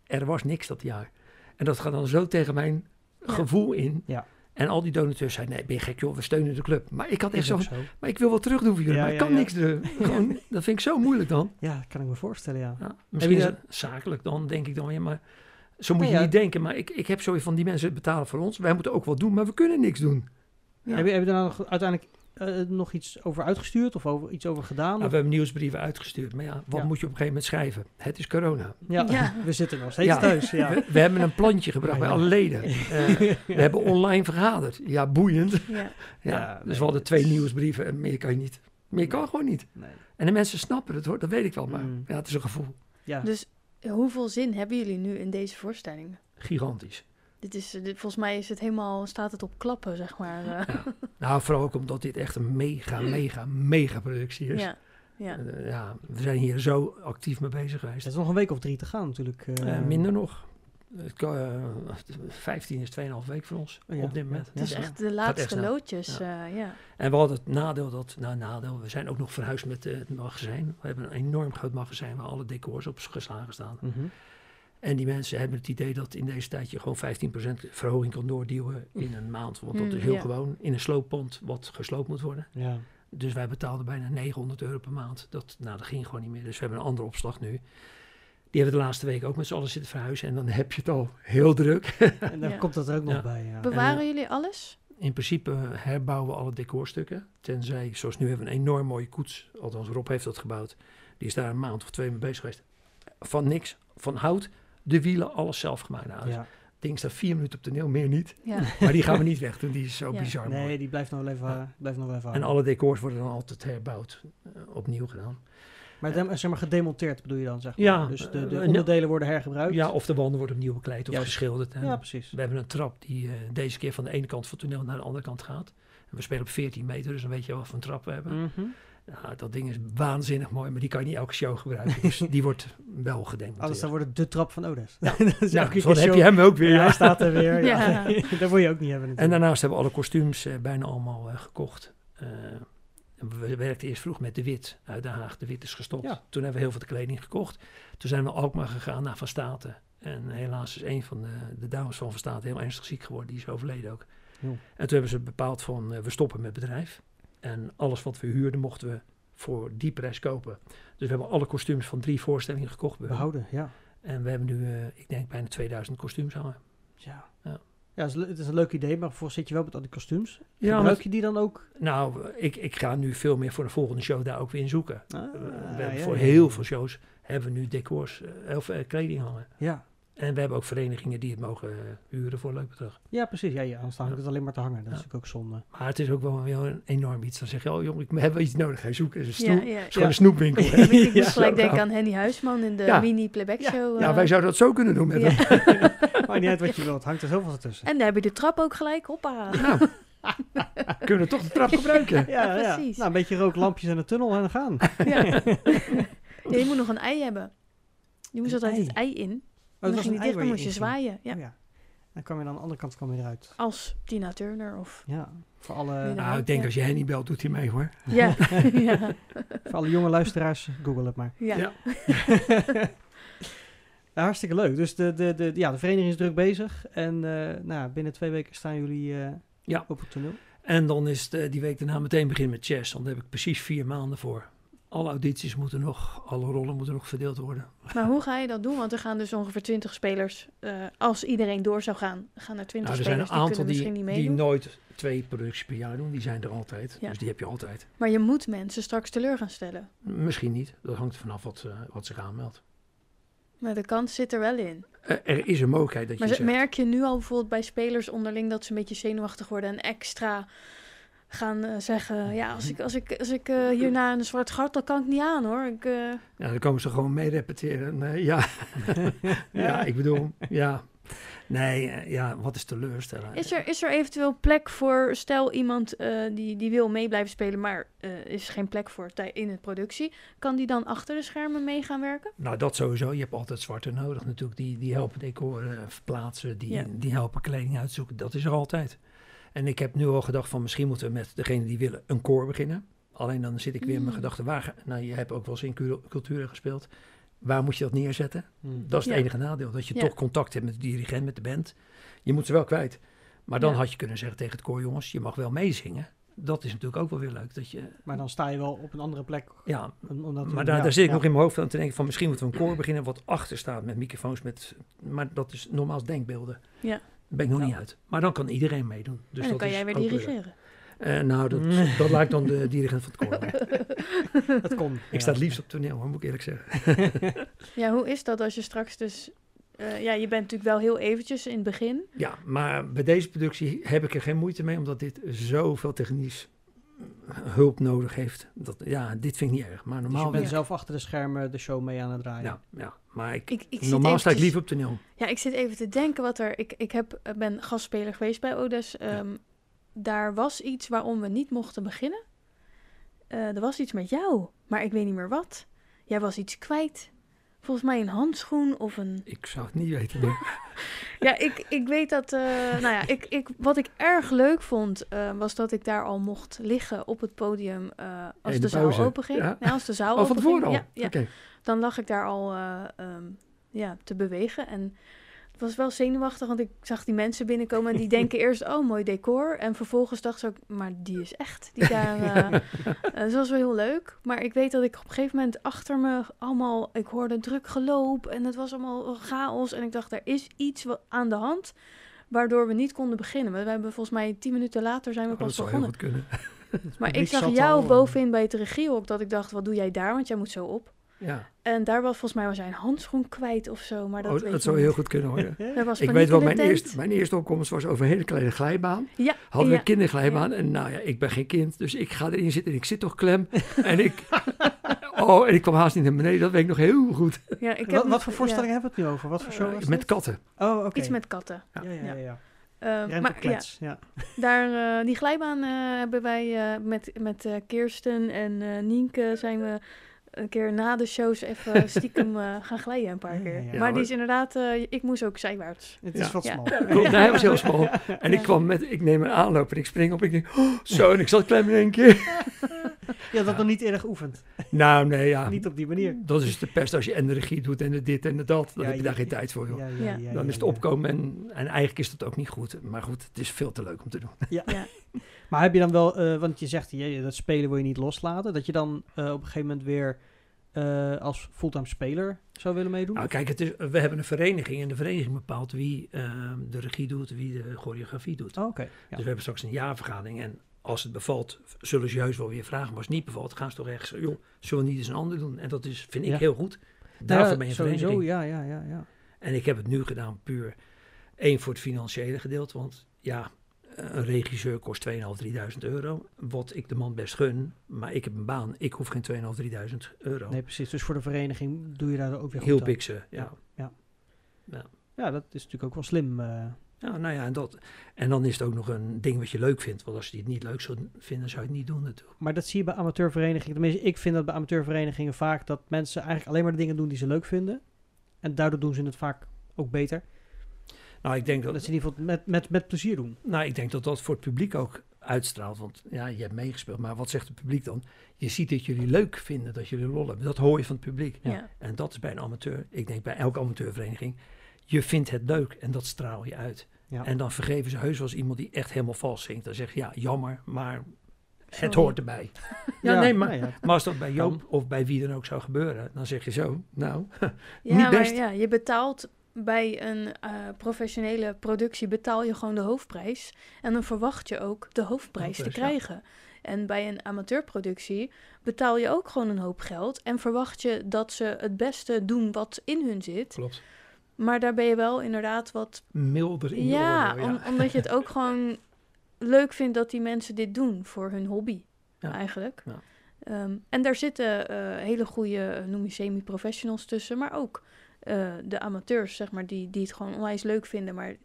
S3: Er was niks dat jaar. En dat gaat dan zo tegen mijn
S2: Ja.
S3: gevoel in.
S1: Ja.
S3: En al die donateurs zeiden, nee, ben je gek joh, we steunen de club. Maar ik had echt
S1: Is
S3: zo
S1: ook
S3: van,
S1: zo.
S3: maar ik wil wat terug doen voor jullie,
S1: Ja,
S3: maar ik
S1: ja,
S3: kan
S1: ja.
S3: niks doen. Gewoon, dat vind ik zo moeilijk dan.
S1: Ja, dat kan ik me voorstellen, ja.
S3: Ja, misschien
S1: je
S3: is
S1: dat-
S3: het zakelijk dan, denk ik dan weer, maar zo moet
S1: Nou
S3: je
S1: ja.
S3: niet denken. Maar ik, ik heb zoiets van, die mensen betalen voor ons. Wij moeten ook wat doen, maar we kunnen niks doen. Ja.
S1: Heb, je, heb je daar nog uiteindelijk eh, nog iets over uitgestuurd of over, iets over gedaan?
S3: Nou,
S1: Of-
S3: we hebben nieuwsbrieven uitgestuurd, maar ja, wat
S1: Ja.
S3: moet je op een gegeven moment schrijven? Het is corona.
S1: ja,
S2: Ja.
S1: we zitten nog steeds
S3: Ja.
S1: thuis. Ja.
S3: We, we hebben een plantje gebracht
S1: Ja,
S3: bij
S1: ja.
S3: alle leden. Eh, we hebben online vergaderd. Ja, boeiend. Ja,
S2: Ja.
S1: Ja,
S3: dus
S1: nee,
S3: we hadden
S1: het
S3: twee
S1: is-
S3: nieuwsbrieven en meer kan je niet. Meer kan gewoon niet.
S1: Nee.
S3: En de mensen snappen het hoor, dat weet ik wel. Maar
S1: Mm.
S3: ja, het is een gevoel.
S1: Ja.
S2: Dus hoeveel zin hebben jullie nu in deze voorstelling?
S3: Gigantisch.
S2: Dit is, eh, dit, volgens mij is het helemaal, staat het op klappen, zeg maar. eh.
S3: Nou, vooral ook omdat dit echt een mega, mega, mega productie is.
S2: Ja, ja.
S3: Eh, ja, we zijn hier zo actief mee bezig geweest.
S1: Er is nog een week of drie te gaan natuurlijk. eh.
S3: Eh, minder nog. Het kan, eh, 15 is 2,5 week voor ons
S1: Oh ja,
S3: op dit
S1: ja,
S3: moment.
S1: ja.
S2: Het is
S1: Ja.
S2: echt de laatste
S3: echt snel.
S2: loodjes. eh, ja.
S3: En we hadden het nadeel dat, nou nadeel, we zijn ook nog verhuisd met eh, het magazijn. We hebben een enorm groot magazijn waar alle decors op geslagen staan.
S1: Mhm.
S3: En die mensen hebben het idee dat in deze tijd je gewoon 15% verhoging kan doorduwen in een maand. Want dat
S2: Mm,
S3: is heel
S2: ja.
S3: gewoon in een slooppand wat gesloopt moet worden.
S1: Ja.
S3: Dus wij betaalden bijna 900 euro per maand. Dat, nou, dat ging gewoon niet meer. Dus we hebben een andere opslag nu. Die hebben we de laatste week ook met z'n allen zitten verhuizen. En dan heb je het al heel druk.
S1: En dan
S2: Ja.
S1: komt dat er ook nog
S3: Ja.
S1: bij. Ja.
S2: Bewaren jullie alles?
S3: In principe eh, herbouwen we alle decorstukken. Tenzij, zoals nu hebben we een enorm mooie koets. Althans, Rob heeft dat gebouwd. Die is daar een maand of twee mee bezig geweest. Van niks, van hout, de wielen, alles zelf gemaakt. Nou, Het
S1: Ja.
S3: ding staat vier minuten op toneel, meer niet.
S2: Ja.
S3: Maar die gaan we niet weg doen, die is zo
S2: Ja.
S3: bizar mooi.
S1: Nee, die blijft nog wel even,
S3: Ja.
S1: blijft nog wel even
S3: En
S1: hangen.
S3: alle decors worden dan altijd herbouwd, eh, opnieuw gedaan.
S1: Maar, dem- zeg maar gedemonteerd bedoel je dan, zeg maar.
S3: Ja,
S1: dus de, de
S3: eh,
S1: onderdelen worden hergebruikt.
S3: Ja, of de wanden worden opnieuw bekleed of
S1: Juist.
S3: geschilderd. En
S1: Ja, precies.
S3: We hebben een trap die eh, deze keer van de ene kant van het toneel naar de andere kant gaat. En we spelen op 14 meter, dus dan weet je wel wat voor een trap we hebben.
S1: Mhm.
S3: Ja, dat ding is waanzinnig mooi, maar die kan je niet elke show gebruiken. Dus die wordt wel
S1: Anders
S3: gedemonteerd.
S1: dan wordt het de trap van Odes.
S3: Ja.
S1: Dat is elke
S3: Nou,
S1: keer
S3: zo heb
S1: zo-
S3: je hem ook weer.
S1: Ja, hij
S3: ja.
S1: staat er weer. Ja.
S2: Ja.
S1: dat wil je ook niet hebben
S3: En
S1: natuurlijk.
S3: daarnaast hebben we alle kostuums eh, bijna allemaal eh, gekocht. Eh, we werkten eerst vroeg met De Wit uit Den Haag. De Wit is gestopt.
S1: Ja.
S3: Toen hebben we heel veel de kleding gekocht. Toen zijn we naar Alkmaar gegaan, naar Van Staten. En helaas is een van de, de dames van Van Staten heel ernstig ziek geworden. Die is overleden ook.
S1: Joh.
S3: En toen hebben ze bepaald van, eh, we stoppen met het bedrijf. En alles wat we huurden mochten we voor die prijs kopen. Dus we hebben alle kostuums van drie voorstellingen gekocht. bij hun.
S1: Behouden, ja.
S3: En we hebben nu, eh, ik denk, bijna 2000 kostuums hangen.
S1: Ja, ja.
S3: Ja.
S1: het, is, le- het is een leuk idee, maar voor zit je wel met al die kostuums.
S3: Ja,
S1: Gebruik je die dan ook?
S3: Nou, ik, ik ga nu veel meer voor de volgende show daar ook weer in zoeken.
S1: Ah,
S3: We- we
S1: ja,
S3: hebben
S1: ja,
S3: voor
S1: ja.
S3: heel veel shows hebben we nu decors eh, of eh, kleding hangen.
S1: Ja.
S3: En we hebben ook verenigingen die het mogen eh, huren voor een leuk bedrag.
S1: ja, precies. Ja, ja, anders hangt het alleen maar te hangen. Dat is
S3: Ja.
S1: natuurlijk ook zonde.
S3: Maar het is ook wel weer een enorm iets. Dan zeg je, oh jongen, ik heb wel iets nodig. Ga je zoeken. Het is, een
S2: Ja,
S3: snoep,
S2: ja.
S3: het is gewoon
S1: Ja.
S3: een snoepwinkel. hè.
S2: Dan moet ik moest
S1: Ja,
S2: gelijk
S3: zo.
S2: denken aan Henny Huisman in de
S3: Ja.
S2: mini playback show.
S3: Ja,
S2: eh.
S3: wij zouden dat zo kunnen doen met
S2: Ja.
S3: hem.
S1: Maar niet uit wat je wilt, hangt er zoveel tussen.
S2: En daar heb je de trap ook gelijk. Hoppa.
S3: Nou, kunnen we toch de trap gebruiken.
S1: Ja, ja,
S2: precies.
S1: Nou, een beetje rooklampjes en een tunnel en dan gaan.
S2: Ja. Nee, je moet nog een ei hebben. Je moest
S1: Een
S2: altijd
S1: ei?
S2: het ei in.
S1: Oh,
S2: dan
S1: het was
S2: ging
S1: een
S2: die dicht, dan moest je
S1: zwaai.
S2: zwaaien. Ja.
S1: Ja. Dan kwam je aan de andere kant kwam je eruit.
S2: Als Tina Turner of...
S1: Ja, voor alle,
S2: Ja.
S3: Nou, ik denk als je Henny belt, doet hij mee hoor.
S2: Ja, ja,
S1: voor alle jonge luisteraars, google het maar.
S2: ja.
S3: Ja.
S1: Ja, hartstikke leuk. Dus de, de, de, ja, de vereniging is druk bezig. En eh, nou, binnen twee weken staan jullie eh,
S3: Ja.
S1: op het toneel.
S3: En dan is het, eh, die week daarna meteen beginnen met chess. Dan heb ik precies vier maanden voor. Alle audities moeten nog, alle rollen moeten nog verdeeld worden.
S2: Maar hoe ga je dat doen? Want er gaan dus ongeveer 20 spelers, eh, als iedereen door zou gaan, gaan er 20
S3: Nou, er zijn
S2: spelers,
S3: een aantal
S2: die kunnen
S3: die,
S2: misschien niet
S3: die
S2: meedoen.
S3: nooit twee producties per jaar doen. Die zijn er altijd.
S2: Ja.
S3: Dus die heb je altijd.
S2: Maar je moet mensen straks teleur gaan stellen.
S3: Misschien niet. Dat hangt er vanaf wat, eh, wat zich aanmeldt.
S2: Maar de kans zit er wel in.
S3: Eh, er is een mogelijkheid dat
S2: Maar
S3: je
S2: ze-
S3: zegt...
S2: merk je nu al bijvoorbeeld bij spelers onderling dat ze een beetje zenuwachtig worden en extra gaan eh, zeggen: Ja, als ik, als ik, als ik eh, hierna een zwart gat, dan kan ik niet aan hoor. Ik, eh,
S3: Nou, dan komen ze gewoon mee repeteren. Nee, ja. ja, ik bedoel, ja. Nee, eh, ja, wat is teleurstellen?
S2: Is er, is er eventueel plek voor, stel iemand eh, die, die wil mee blijven spelen, maar eh, is geen plek voor tij- in de productie, kan die dan achter de schermen mee gaan werken?
S3: Nou, dat sowieso. Je hebt altijd zwarte nodig natuurlijk. Die, die helpen decor eh, verplaatsen, die,
S2: Ja.
S3: die helpen kleding uitzoeken. Dat is er altijd. En ik heb nu al gedacht van misschien moeten we met degene die willen een koor beginnen. Alleen dan zit ik weer in
S2: Mm.
S3: mijn gedachten. Waar, nou, je hebt ook wel eens in cul- culturen gespeeld. Waar moet je dat neerzetten?
S1: Hmm.
S3: Dat is het
S2: Ja.
S3: enige nadeel. Dat je
S2: Ja.
S3: toch contact hebt met de dirigent, met de band. Je moet ze wel kwijt. Maar dan
S2: Ja.
S3: had je kunnen zeggen tegen het koor, jongens, je mag wel meezingen. Dat is natuurlijk ook wel weer leuk. Dat je,
S1: Maar dan sta je wel op een andere plek.
S3: ja,
S1: om- Omdat
S3: maar daar, daar zit ik nog in mijn hoofd aan te denken van misschien moeten we een koor beginnen wat achter staat met microfoons. Met, maar dat is normaal denkbeelden.
S2: Ja.
S3: Daar ben ik nog
S1: Ja.
S3: niet uit. Maar dan kan iedereen meedoen. Dus
S2: en dan
S3: dat
S2: kan
S3: is
S2: jij weer
S3: ook
S2: dirigeren.
S3: Eh, nou, dat,
S1: Nee.
S3: dat lijkt dan de dirigent van het koor. Maar
S1: in. Dat Dus kon.
S3: Ik sta het liefst op toneel, hoor, moet ik eerlijk zeggen.
S2: Ja, hoe is dat als je straks dus... eh, ja, je bent natuurlijk wel heel eventjes in het begin.
S3: Ja, maar bij deze productie heb ik er geen moeite mee, omdat dit zoveel technisch hulp nodig heeft. Dat, ja, dit vind ik niet erg. Maar
S1: Dus je
S3: normaal...
S1: bent
S3: ben-
S1: zelf achter de schermen de show mee aan het draaien.
S3: ah, ja, ja, maar ik,
S2: Ik, ik zit
S3: normaal sta ik
S2: eventjes-
S3: liever op toneel.
S2: Ja, ik zit even te denken wat er... Ik, ik heb, eh, ben gastspeler geweest bij Odes. Ehm, Daar was iets waarom we niet mochten beginnen. Eh, er was iets met jou, maar ik weet niet meer wat. Jij was iets kwijt. Volgens mij een handschoen of een...
S3: Ik zou het niet
S2: Oh,
S3: weten. maar-
S2: Ja, ik, ik weet dat... eh, nou ja, ik, ik, wat ik erg leuk vond, eh, was dat ik daar al mocht liggen op het podium... eh, als de,
S3: In de
S2: zaal
S3: pauze,
S2: open ging.
S3: ja.
S2: Nee, als de zaal
S3: Oh, van
S2: openging.
S3: tevoren al?
S2: Ja, ja
S3: Oké.
S2: dan lag ik daar al eh, ehm, ja, te bewegen. En het was wel zenuwachtig, want ik zag die mensen binnenkomen en die denken eerst, oh, mooi decor. En vervolgens dacht ze ook, maar die is echt. Die daar, eh, eh, dus dat was wel heel leuk. Maar ik weet dat ik op een gegeven moment achter me allemaal, ik hoorde druk geloop en het was allemaal chaos. En ik dacht, er is iets wa- aan de hand. Waardoor we niet konden beginnen. We hebben volgens mij tien minuten later zijn we
S3: Oh, dat
S2: pas
S3: zou heel
S2: begonnen.
S3: goed kunnen.
S2: Maar ik
S1: publiek
S2: zag
S1: zat
S2: jou
S1: al, eh,
S2: bovenin bij het regiehok dat ik dacht, wat doe jij daar? Want jij moet zo op.
S3: Ja,
S2: En daar was volgens mij wel zijn handschoen kwijt of zo. Maar dat,
S3: Oh,
S2: weet
S3: dat
S2: ik
S3: zou
S2: niet.
S3: heel goed kunnen worden.
S2: Dat was
S3: Ik
S2: paniek
S3: weet wel,
S2: in de
S3: mijn
S2: tent.
S3: eerste, mijn eerste opkomst was over een hele kleine glijbaan.
S2: Ja,
S3: Hadden we
S2: ja.
S3: een kinderglijbaan. En nou ja, ik ben geen kind, dus ik ga erin zitten en ik zit toch klem. en ik... Oh, en ik kwam haast niet naar beneden. Dat weet ik nog heel goed.
S2: Ja, ik heb
S1: wat,
S2: hem-
S1: wat voor voorstellingen
S2: ja, Eh,
S1: hebben we het nu over? Wat voor show was
S3: Met
S1: dit?
S3: katten.
S1: Oh, oké.
S2: Iets met katten.
S1: Ja, ja, ja. ja.
S2: Eh,
S1: Rent op
S2: maar ja,
S1: klets, ja.
S2: daar, eh, die glijbaan eh, hebben wij eh, met, met eh, Kirsten en eh Nienke zijn we een keer na de shows even stiekem eh, gaan glijden een paar
S1: Ja,
S2: keer.
S1: ja, ja.
S2: maar,
S3: Ja,
S2: die
S3: maar-
S2: is inderdaad, eh, ik moest ook zijwaarts.
S1: Het is
S3: Ja.
S1: wat
S2: Ja.
S1: smal.
S3: Klopt, daar was heel smal. En ik kwam met... Ik neem een aanloop en ik spring op. Ik denk, oh, zo, en ik zat klem in één keer.
S1: Je had dat nog niet erg oefend.
S3: Nou, nee, ja.
S1: Niet op die manier.
S3: Dat is de pest als je en de regie doet en de dit en de dat.
S1: Ja,
S3: Dan heb je
S1: je-
S3: daar geen tijd voor, joh.
S1: Ja,
S2: Ja.
S3: Dan is het
S1: ja.
S3: opkomen en, en eigenlijk is dat ook niet goed. Maar goed, het is veel te leuk om te doen.
S1: Maar heb je dan wel, eh, want je zegt je, dat spelen wil je niet loslaten, dat je dan eh, op een gegeven moment weer eh, als fulltime speler zou willen meedoen?
S3: Nou kijk, het is, we hebben een vereniging en de vereniging bepaalt wie ehm, de regie doet, wie de choreografie doet.
S1: Oh, oké.
S3: Dus we hebben straks een jaarvergadering en als het bevalt, zullen ze juist wel weer vragen. Maar als het niet bevalt, gaan ze toch ergens, joh, zullen we niet eens een ander doen? En dat is, vind ik
S1: Ja.
S3: heel goed. Daarvoor ben je een vereniging. Oh.
S1: Sowieso, ja, ja, ja. ja.
S3: En ik heb het nu gedaan puur één voor het financiële gedeelte. Want ja, een regisseur kost 2.500, 3.000 euro. Wat ik de man best gun. Maar ik heb een baan. Ik hoef geen 2.500, 3.000 euro.
S1: Nee, precies. Dus voor de vereniging doe je daar ook weer goed
S3: Heel
S1: aan.
S3: biksen, ja.
S1: Ja. Ja, dat is natuurlijk ook wel slim. eh.
S3: Ja, nou ja, en, dat, en dan is het ook nog een ding wat je leuk vindt. Want als je het niet leuk zou vinden, zou je het niet doen natuurlijk.
S1: Maar dat zie je bij amateurverenigingen. Tenminste, ik vind dat bij amateurverenigingen vaak dat mensen eigenlijk alleen maar de dingen doen die ze leuk vinden. En daardoor doen ze het vaak ook beter.
S3: Nou, ik denk
S1: Dat
S3: dat,
S1: ze in ieder geval met, met, met plezier doen.
S3: nou, ik denk dat dat voor het publiek ook uitstraalt. Want ja, je hebt meegespeeld. Maar wat zegt het publiek dan? Je ziet dat jullie leuk vinden, dat jullie lol hebben. Dat hoor je van het publiek.
S2: Ja.
S3: En dat is bij een amateur, ik denk bij elke amateurvereniging, je vindt het leuk en dat straal je uit.
S1: Ja.
S3: En dan vergeven ze heus wel eens iemand die echt helemaal vals zingt. Dan zeg je, ja, jammer, maar het
S2: Sorry.
S3: hoort erbij. Ja, nee, maar,
S1: nou ja.
S3: maar als dat bij Joop
S1: Kan.
S3: of bij wie dan ook zou gebeuren, dan zeg je zo, nou,
S2: Ja,
S3: Niet
S2: maar
S3: best.
S2: ja, je betaalt bij een eh, professionele productie betaal je gewoon de hoofdprijs. En dan verwacht je ook de hoofdprijs te
S3: Hoofdprijs, ja.
S2: krijgen. En bij een amateurproductie betaal je ook gewoon een hoop geld. En verwacht je dat ze het beste doen wat in hun zit.
S3: klopt,
S2: Maar daar ben je wel inderdaad wat.
S3: milder in
S2: Ja,
S3: je oordeel.
S2: om-
S3: Ja.
S2: omdat je het ook gewoon leuk vindt dat die mensen dit doen voor hun hobby.
S3: Ja.
S2: Eigenlijk.
S3: Ja.
S2: Ehm, en daar zitten eh, hele goede, eh, noem je semi-professionals tussen, maar ook eh, eh, de amateurs, zeg maar, die, die het gewoon onwijs leuk vinden, maar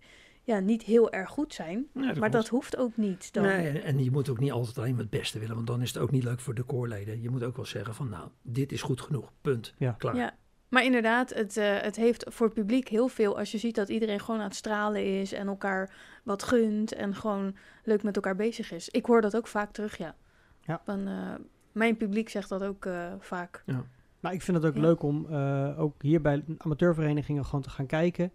S2: ja, niet heel erg goed zijn.
S3: Ja, dat
S2: maar
S3: klopt.
S2: dat hoeft ook niet dan.
S3: Nee, en- en je moet ook niet altijd alleen maar het beste willen, want dan is het ook niet leuk voor de koorleden. Je moet ook wel zeggen van, nou, dit is goed genoeg, punt,
S1: Ja.
S3: klaar.
S2: Ja. Maar inderdaad, het, eh, het heeft voor het publiek heel veel als je ziet dat iedereen gewoon aan het stralen is en elkaar wat gunt en gewoon leuk met elkaar bezig is. Ik hoor dat ook vaak terug, ja.
S1: Ja.
S2: Van, eh, mijn publiek zegt dat ook eh, vaak.
S1: Maar Nou, ik vind het ook
S2: Ja.
S1: leuk om eh, ook hier bij amateurverenigingen gewoon te gaan kijken.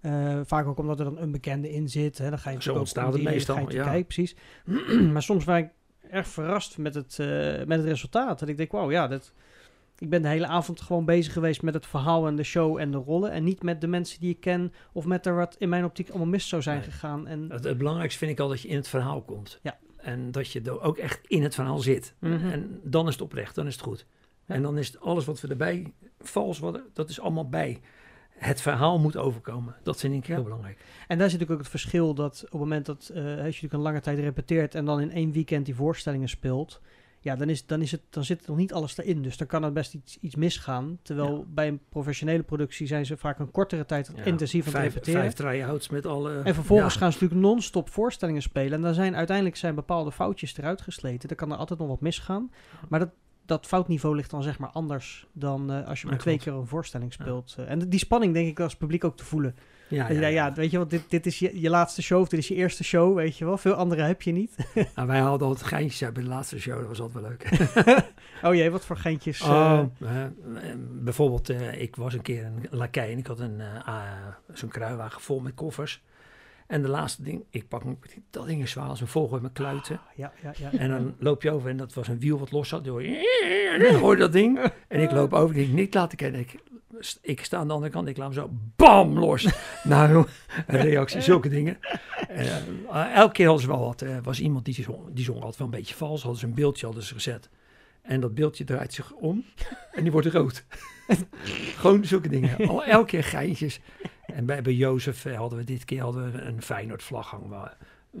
S1: Eh, vaak ook omdat er dan een bekende in zit. Hè. Dan ga je
S3: Zo
S1: natuurlijk ook
S3: ontstaat
S1: om die
S3: het
S1: reden
S3: meestal,
S1: ga je te
S3: ja.
S1: kijken, precies. maar soms was ik erg verrast met het, eh, met het resultaat. Dat ik denk, wauw, ja, dat, ik ben de hele avond gewoon bezig geweest met het verhaal en de show en de rollen. En niet met de mensen die ik ken of met er wat in mijn optiek allemaal mis zou zijn
S3: Nee.
S1: gegaan. En,
S3: Het, het belangrijkste vind ik al dat je in het verhaal komt.
S1: Ja.
S3: En dat je er ook echt in het verhaal zit.
S1: Mhm.
S3: En dan is het oprecht, dan is het goed.
S1: Ja.
S3: En dan is het alles wat we erbij, vals, wat, er- dat is allemaal bij. Het verhaal moet overkomen. Dat vind ik heel
S1: Ja.
S3: belangrijk.
S1: En daar zit natuurlijk ook het verschil dat op het moment dat eh, als je natuurlijk een lange tijd repeteert en dan in één weekend die voorstellingen speelt, ja, dan, is, dan, is het, dan zit nog niet alles erin. Dus dan kan er best iets, iets misgaan. Terwijl
S3: Ja.
S1: bij een professionele productie zijn ze vaak een kortere tijd
S3: Ja.
S1: intensief aan het
S3: vijf,
S1: repeteren.
S3: Vijf try-outs met alle...
S1: En vervolgens
S3: Ja.
S1: gaan ze natuurlijk non-stop voorstellingen spelen. En dan zijn uiteindelijk zijn bepaalde foutjes eruit gesleten. Er kan er altijd nog wat misgaan. Maar dat, dat foutniveau ligt dan zeg maar anders dan eh, als je
S3: Ja,
S1: maar twee
S3: klopt.
S1: keer een voorstelling speelt. Eh, en die spanning denk ik als publiek ook te voelen.
S3: Ja,
S1: Ah, Ja, ja, weet je wel, dit, dit is je, je laatste show of dit is je eerste show, weet je wel. Veel andere heb je niet.
S3: Nou, wij hadden altijd geintjes uit bij de laatste show. Dat was altijd wel leuk.
S1: Oh jee, wat voor geintjes. eh,
S3: Oh, eh, eh, bijvoorbeeld, eh, ik was een keer een lakij en ik had een, eh, ah, zo'n kruiwagen vol met koffers. En de laatste ding, ik pak hem- dat ding is zwaar als een vogel met mijn kluiten.
S1: ja, ja, ja.
S3: En dan loop je over en dat was een wiel wat los zat. Dan hoor je hoor je dat ding. En ik loop over, die ik niet laten kennen. Ik, ik sta aan de andere kant, ik laat hem zo bam los. Nou, joh, een reactie, zulke dingen. Eh, eh, elke keer hadden ze wel wat. Er was iemand die zong, die zong altijd wel een beetje vals. Hadden ze een beeldje hadden ze gezet. En dat beeldje draait zich om en die wordt rood. Gewoon zulke dingen. Al, elke keer geintjes. En bij, bij Jozef eh, hadden we dit keer hadden we een Feyenoord vlag hangen. Waar-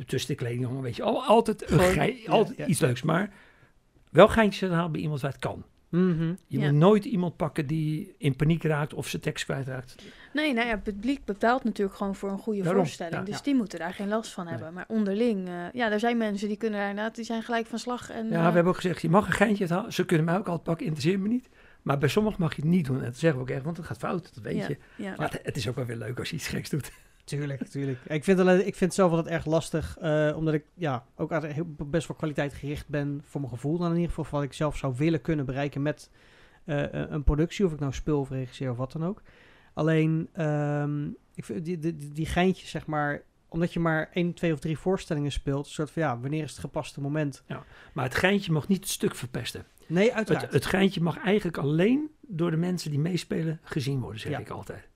S3: Tussen de kleding hangen, weet je. Al, altijd een
S1: Gewoon,
S3: gei-
S1: ja,
S3: altijd
S1: ja,
S3: iets leuks. Maar wel geintjes halen bij iemand waar het kan.
S1: Mhm.
S3: Je
S2: Ja.
S3: moet nooit iemand pakken die in paniek raakt of zijn tekst kwijtraakt.
S2: Nee, nou ja, het publiek betaalt natuurlijk gewoon voor een goede
S3: Daarom,
S2: voorstelling.
S3: ja,
S2: dus
S1: ja.
S2: die moeten daar geen last van
S3: Nee.
S2: hebben. Maar onderling, eh, ja, er zijn mensen die kunnen daar inderdaad, die zijn gelijk van slag. En,
S3: Ja,
S2: eh,
S3: we hebben ook gezegd, je mag een geintje halen. Ze kunnen mij ook altijd pakken, interesseert me niet. Maar bij sommigen mag je het niet doen. En dat zeggen we ook echt, want het gaat fout, dat weet
S2: ja,
S3: je.
S2: Ja,
S3: Maar het- het is ook wel weer leuk als je iets geks doet.
S1: Tuurlijk, tuurlijk. Ik vind, alleen, ik vind het zelf altijd erg lastig, eh, omdat ik ja, ook altijd heel- best wel kwaliteit gericht ben voor mijn gevoel. Dan in ieder geval van wat ik zelf zou willen kunnen bereiken met eh, een een productie, of ik nou speel of regisseer of wat dan ook. Alleen, ehm, ik vind die, die, die- die geintjes, zeg maar, omdat je maar één, twee of drie voorstellingen speelt, een soort van ja, wanneer is het gepaste moment?
S3: Maar het geintje mag niet het stuk verpesten.
S1: Nee,
S3: Het,
S1: uiteraard.
S3: het geintje mag eigenlijk alleen door de mensen die meespelen gezien worden, zeg
S1: Ja.
S3: ik altijd.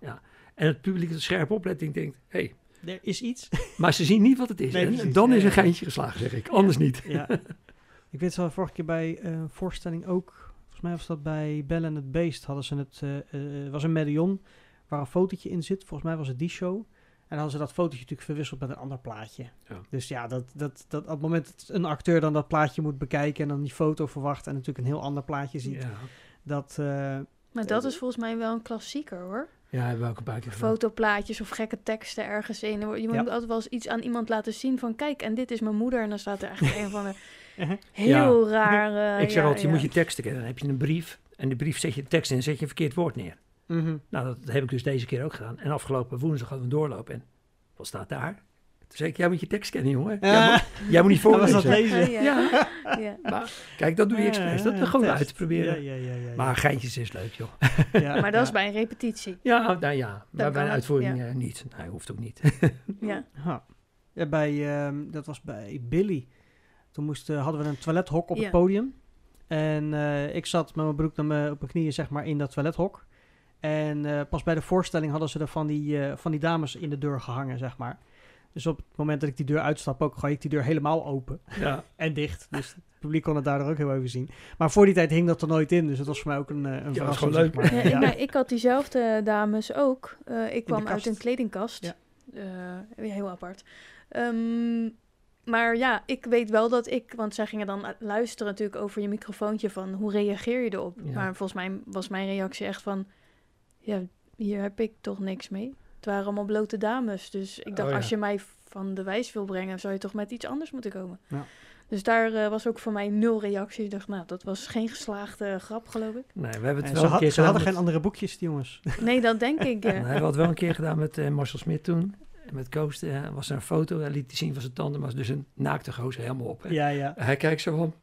S1: Ja.
S3: En het publiek dat scherp opletting denkt, hé, hey,
S1: Er is iets.
S3: maar ze zien niet wat het is.
S1: Nee,
S3: En
S1: precies.
S3: dan
S1: Ja,
S3: is
S1: ja,
S3: een
S1: ja.
S3: geintje geslagen, zeg ik. Anders niet.
S1: ja. Ik weet wel, vorige keer bij eh, een voorstelling ook, volgens mij was dat bij Bell en het Beest, hadden ze het, eh, eh, was een medaillon waar een fotootje in zit. Volgens mij was het die show. En hadden ze dat fotootje natuurlijk verwisseld met een ander plaatje.
S3: Ja.
S1: Dus ja, dat, dat, dat, op het moment dat een acteur dan dat plaatje moet bekijken en dan die foto verwacht en natuurlijk een heel ander plaatje ziet,
S3: Ja,
S1: dat... eh,
S2: maar dat is volgens mij wel een klassieker hoor.
S3: ja hebben we ook een paar keer gedaan.
S2: Fotoplaatjes of gekke teksten ergens in. Je moet
S1: Ja.
S2: altijd wel eens iets aan iemand laten zien van kijk, en dit is mijn moeder. En dan staat er echt een van de
S1: Mhm.
S2: heel raar. eh,
S3: Ik zeg
S2: ja,
S3: altijd, je
S2: ja.
S3: moet je teksten kennen. Dan heb je een brief en die brief zet je de tekst in en zet je een verkeerd woord neer.
S1: mhm.
S3: Nou, dat heb ik dus deze keer ook gedaan. En afgelopen woensdag hadden we een doorloop en wat staat daar? Toen zei ik, jij moet je tekst kennen, jongen. Jij,
S1: Ah,
S3: moet, jij moet niet
S1: dat was
S3: voorlezen.
S1: dat lezen.
S2: Ja, ja.
S3: Ja,
S2: ja.
S3: maar kijk, dat doe je expres. Dat
S1: Ah,
S3: is gewoon
S1: test.
S3: uit te proberen.
S1: Ja, ja, ja, ja, ja.
S3: Maar geintjes is leuk, joh.
S1: Ja,
S2: Maar dat
S1: ja.
S2: is bij een repetitie.
S3: Ja, nou ja. Maar
S2: kan
S3: bij een
S2: het,
S3: uitvoering eh, niet. Nee, hoeft ook niet.
S2: Ja.
S1: Ha. Ja, bij, ehm, dat was bij Billy. Toen moesten, hadden we een toilethok op
S2: Ja.
S1: het podium. En eh, ik zat met mijn broek naar mijn- op mijn knieën zeg maar, in dat toilethok. En eh, pas bij de voorstelling hadden ze er van die, eh, van die dames in de deur gehangen, zeg maar. Dus op het moment dat ik die deur uitstap, ook gooi ik die deur helemaal open
S3: ja.
S1: en dicht. Dus het publiek kon het daardoor ook heel even zien. Maar voor die tijd hing dat er nooit in, dus het was voor mij ook een, eh, een
S3: was
S1: verrassing.
S3: gewoon
S1: zeg
S3: leuk.
S1: maar.
S2: Ja,
S1: Ja.
S2: ik, nou, ik had diezelfde dames ook. Eh, ik kwam uit
S1: kast.
S2: een kledingkast.
S1: Ja.
S2: Eh, heel apart. Ehm, maar ja, ik weet wel dat ik... Want zij gingen dan luisteren natuurlijk over je microfoontje van... Hoe reageer je erop?
S3: Ja.
S2: Maar volgens mij was mijn reactie echt van... Ja, hier heb ik toch niks mee. Het waren allemaal blote dames. Dus ik dacht,
S3: Oh ja.
S2: als je mij van de wijs wil brengen, zou je toch met iets anders moeten komen.
S1: Ja.
S2: Dus daar eh, was ook voor mij nul reactie. Ik dacht, nou, dat was geen geslaagde grap, geloof ik.
S3: Nee, we hebben het
S1: En
S3: wel
S1: ze,
S3: een
S1: had-
S3: keer
S1: ze hadden
S3: gedaan
S1: geen andere boekjes, die jongens.
S2: Nee, dat denk ik.
S3: Ja,
S2: eh.
S3: hij had wel een keer gedaan met eh, Marcel Smit toen. En met Koos eh, was er een foto. Hij liet die zien van zijn tanden. Maar dus een naakte gozer helemaal op. hè.
S1: Ja, ja.
S3: Hij kijkt zo van.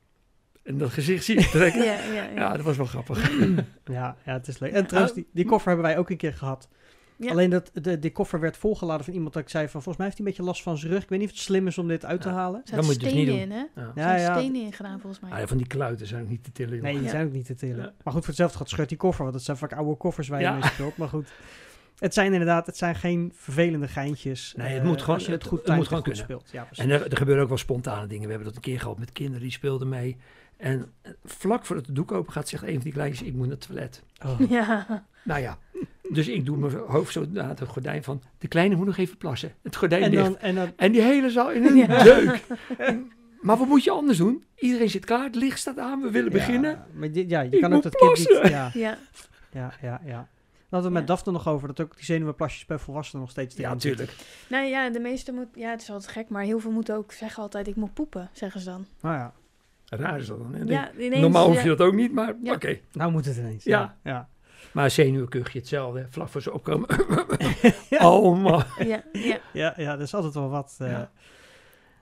S3: En dat gezicht zie je trekken.
S2: ja, ja, ja.
S3: Ja, dat was wel grappig.
S1: Ja, ja, het is leuk. En trouwens, die, die koffer hebben wij ook een keer gehad.
S2: Oh. Ja.
S1: Alleen dat de, die koffer werd volgeladen van iemand dat ik zei van... Volgens mij heeft hij een beetje last van zijn rug. Ik weet niet of het slim is om dit uit te
S3: Ja.
S1: halen.
S2: Er zaten
S3: moet je dus
S2: stenen
S3: niet doen.
S2: in, hè? Er
S3: Ja.
S1: Ja,
S2: zijn
S1: ja.
S2: stenen in gedaan, volgens mij.
S3: Ah, ja, van die kluiten zijn ook niet te tillen. joh.
S1: Nee, die
S2: Ja.
S1: zijn ook niet te tillen.
S3: Ja.
S1: Maar goed, voor hetzelfde gaat scheurt die koffer. Want het zijn vaak oude koffers waar je
S3: Ja.
S1: mee speelt. Maar goed, het zijn inderdaad het zijn geen vervelende geintjes.
S3: Nee, het
S1: eh,
S3: moet gewoon-
S1: Als je het
S3: het-
S1: goed
S3: het moet
S1: timed en
S3: gewoon
S1: goed
S3: kunnen.
S1: speelt. Ja, precies.
S3: En er, er gebeuren ook wel spontane dingen. We hebben dat een keer gehad met kinderen. Die speelden mee. En eh, vlak voordat het doek open gaat, zegt een van die kleintjes... Ik moet naar het toilet.
S1: Oh.
S2: Ja,
S3: Nou ja. Dus ik doe mijn hoofd zo naar het gordijn van... De kleine moet nog even plassen. Het gordijn
S1: En
S3: dicht.
S1: dan, en dan,
S3: En die hele zaal in een
S2: Ja.
S3: deuk. Maar wat moet je anders doen? Iedereen zit klaar, het licht staat aan, we willen
S1: Ja,
S3: beginnen.
S1: Maar dit- ja, je
S3: Ik
S1: kan ook
S3: moet
S1: dat kind niet...
S3: plassen.
S1: Ja,
S2: ja.
S1: ja, ja. ja. Dat hadden we met
S2: Ja.
S1: Daphne nog over. Dat ook die zenuwenplasjes bij volwassenen nog steeds
S3: Ja,
S1: erin zitten.
S3: natuurlijk.
S2: Nou ja, de meeste moet... Ja, het is altijd gek, maar heel veel moeten ook zeggen altijd... ik moet poepen, zeggen ze dan.
S1: Nou ja,
S3: Raar is dat dan. hè?
S2: Ja, ineens...
S3: Normaal
S2: ja.
S3: hoef je dat ook niet, maar
S2: Ja.
S3: oké.
S1: nou moet het ineens. ja. ja.
S3: Maar zenuwkuchje hetzelfde, hè. vlak voor ze opkomen.
S1: Ja.
S3: Oh man.
S2: Ja, ja.
S1: Ja, ja, dat is altijd wel wat. eh.
S3: Ja.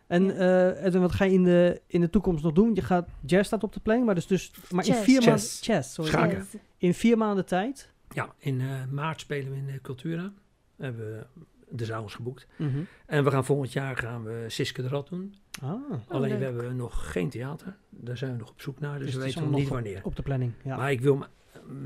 S1: En
S2: Ja.
S1: eh, Edwin, wat ga je in de, in de toekomst nog doen? Je gaat, jazz staat op de planning, maar, dus, dus, maar in
S2: Chess.
S1: vier maanden...
S3: Chess.
S1: Chess, sorry.
S3: Schaken.
S1: In- In vier maanden tijd.
S3: Ja, in eh, maart spelen we in eh, Cultura. We hebben de zaals geboekt.
S1: Mhm.
S3: En we gaan volgend jaar gaan we Siske de Rad doen.
S1: ah,
S3: Alleen
S2: leuk.
S3: we hebben nog geen theater. Daar zijn we nog op zoek naar, dus,
S1: Dus
S3: we
S1: het is
S3: weten nog niet
S1: allemaal
S3: wanneer.
S1: op de planning, ja.
S3: Maar ik wil, me-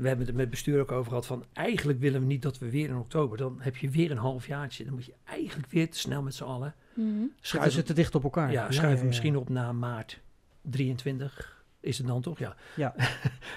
S3: we hebben het er met bestuur ook over gehad van eigenlijk willen we niet dat we weer in oktober, dan heb je weer een halfjaartje. Dan moet je eigenlijk weer te snel met z'n allen.
S2: Mhm.
S1: Ze
S3: Schuiven,
S1: zitten dicht op elkaar.
S3: ja, schuiven
S1: ja, ja.
S3: misschien op na maart 23 is het dan toch? Ja.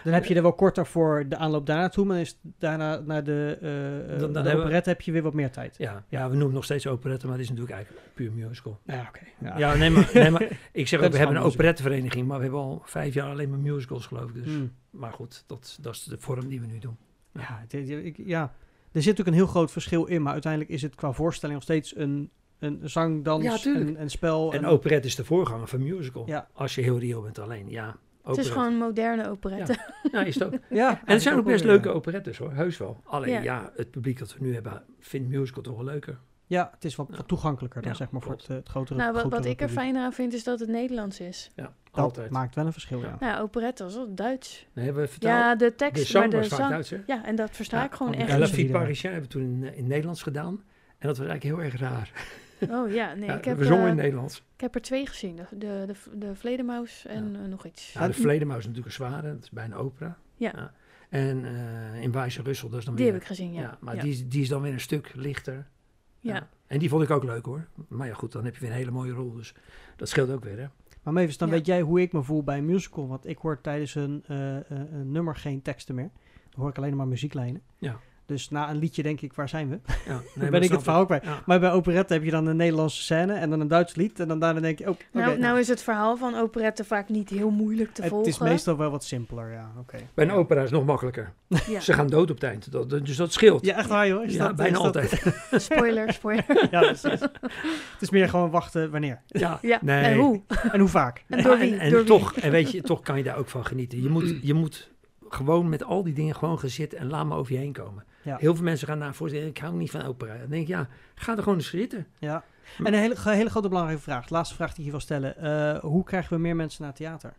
S1: Dan heb je er wel korter voor de aanloop daarna toe, maar is daarna naar de, eh eh,
S3: Dan- dan
S1: de
S3: hebben we-
S1: operette heb je weer wat meer tijd.
S3: Ja, ja, we noemen het nog steeds operette, maar het is natuurlijk eigenlijk puur musical.
S1: Ja, oké.
S3: Ja,
S1: Ja.
S3: nee, maar, nee, maar ik zeg
S1: Dat
S3: ook,
S1: is
S3: we hebben een
S1: gewoon musical.
S3: operettevereniging, maar we hebben al vijf jaar alleen maar musicals geloof ik. Dus.
S1: Hmm.
S3: Maar goed, dat, dat is de vorm die we nu doen.
S1: Ja, het- het- ik- ja, er zit ook een heel groot verschil in, maar uiteindelijk is het qua voorstelling nog steeds een, een zang, dans
S3: Ja, tuurlijk.
S1: en, en spel.
S3: En operette is de voorganger van musical.
S1: Ja.
S3: Als je heel reëel bent alleen, ja.
S2: Het is
S3: operette.
S2: gewoon moderne operette.
S3: Nou, is het ook.
S1: Ja,
S3: En het
S1: eigenlijk
S3: zijn ook
S1: wel
S3: best
S1: weer,
S3: leuke
S1: ja.
S3: operettes hoor, heus wel. Alleen
S2: eh, Ja.
S3: ja. het publiek dat we nu hebben vindt musical toch wel leuker.
S1: Ja, het is wat,
S3: Ja.
S1: wat toegankelijker dan
S3: Ja,
S1: zeg maar voor het,
S3: klopt.
S1: eh, het grotere
S2: Nou, wat,
S1: grotere
S2: wat ik er
S1: publiek.
S2: fijner aan vind, is dat het Nederlands is.
S3: Ja,
S1: Dat
S3: altijd.
S1: maakt wel een verschil, ja.
S3: Ja.
S2: Nou, operette was wel Duits.
S3: Nee, we vertalen
S2: Ja, de
S3: de
S2: tekst, maar
S3: zang
S2: de
S3: was vaak
S2: zang...
S3: Duits hè.
S2: Ja, en dat versta
S3: Ja,
S2: ik gewoon
S1: want die
S2: echt
S3: Ja,
S1: Engels is
S2: niet.
S3: La Vie
S1: hier dan.
S3: Parisienne hebben we toen in, eh, in Nederlands gedaan. En dat was eigenlijk heel erg raar.
S2: Oh ja, nee,
S3: Ja,
S2: ik, heb,
S3: we zongen
S2: eh,
S3: in Nederlands.
S2: ik heb er twee gezien. De, de, de, de Vledemaus en eh, nog iets.
S3: Ja, de Vledemaus is natuurlijk een zware, dat is bijna opera.
S2: Ja.
S3: En eh, in Wijze Russel, dat is dan
S2: die
S3: weer...
S2: heb ik gezien, ja.
S3: ja, maar
S2: ja.
S3: Die, is- die is dan weer een stuk lichter.
S2: Ja.
S3: En die vond ik ook leuk hoor. Maar ja goed, dan heb je weer een hele mooie rol. Dus dat scheelt ook weer hè.
S1: Maar Mavis, dan
S2: Ja.
S1: weet jij hoe ik me voel bij een musical. Want ik hoor tijdens een, eh, eh, een nummer geen teksten meer. Dan hoor ik alleen maar muzieklijnen.
S3: Ja.
S1: Dus na een liedje denk ik, waar zijn we?
S3: Ja, nee,
S1: Dan
S3: maar
S1: ben
S3: dat
S1: ik
S3: snap
S1: het verhaal ook bij.
S3: Ja.
S1: Maar bij operette heb je dan een Nederlandse scène en dan een Duits lied. En dan daarna denk je, oh, oké.
S2: Nou, nou is het verhaal van operette vaak niet heel moeilijk te
S1: het
S2: volgen.
S1: is meestal wel wat simpeler, ja. Oké.
S3: Bij een opera is het nog makkelijker.
S2: Ja.
S3: Ze gaan dood op het eind. Dat, dat- dus dat scheelt.
S1: Ja, echt waar joh. Is
S3: Ja,
S1: dat-
S3: bijna
S1: is dat-
S3: altijd.
S2: Spoiler, spoiler.
S1: Ja, precies. het is meer gewoon wachten wanneer.
S3: Ja,
S2: Ja,
S3: nee.
S2: en hoe?
S1: En hoe vaak.
S2: En door
S3: Ja,
S2: wie?
S3: en, en
S2: door wie?
S3: toch, en weet je, toch kan je daar ook van genieten. Je moet, je moet gewoon met al die dingen gewoon gaan zitten en laat maar over je heen komen.
S1: Ja.
S3: Heel veel mensen gaan daarvoor zeggen, ik hou niet van opera. Dan denk ik, ja, ga er gewoon eens zitten.
S1: Ja. En een hele, hele grote belangrijke vraag. De laatste vraag die ik je wil stellen. Eh, hoe krijgen we meer mensen naar het theater?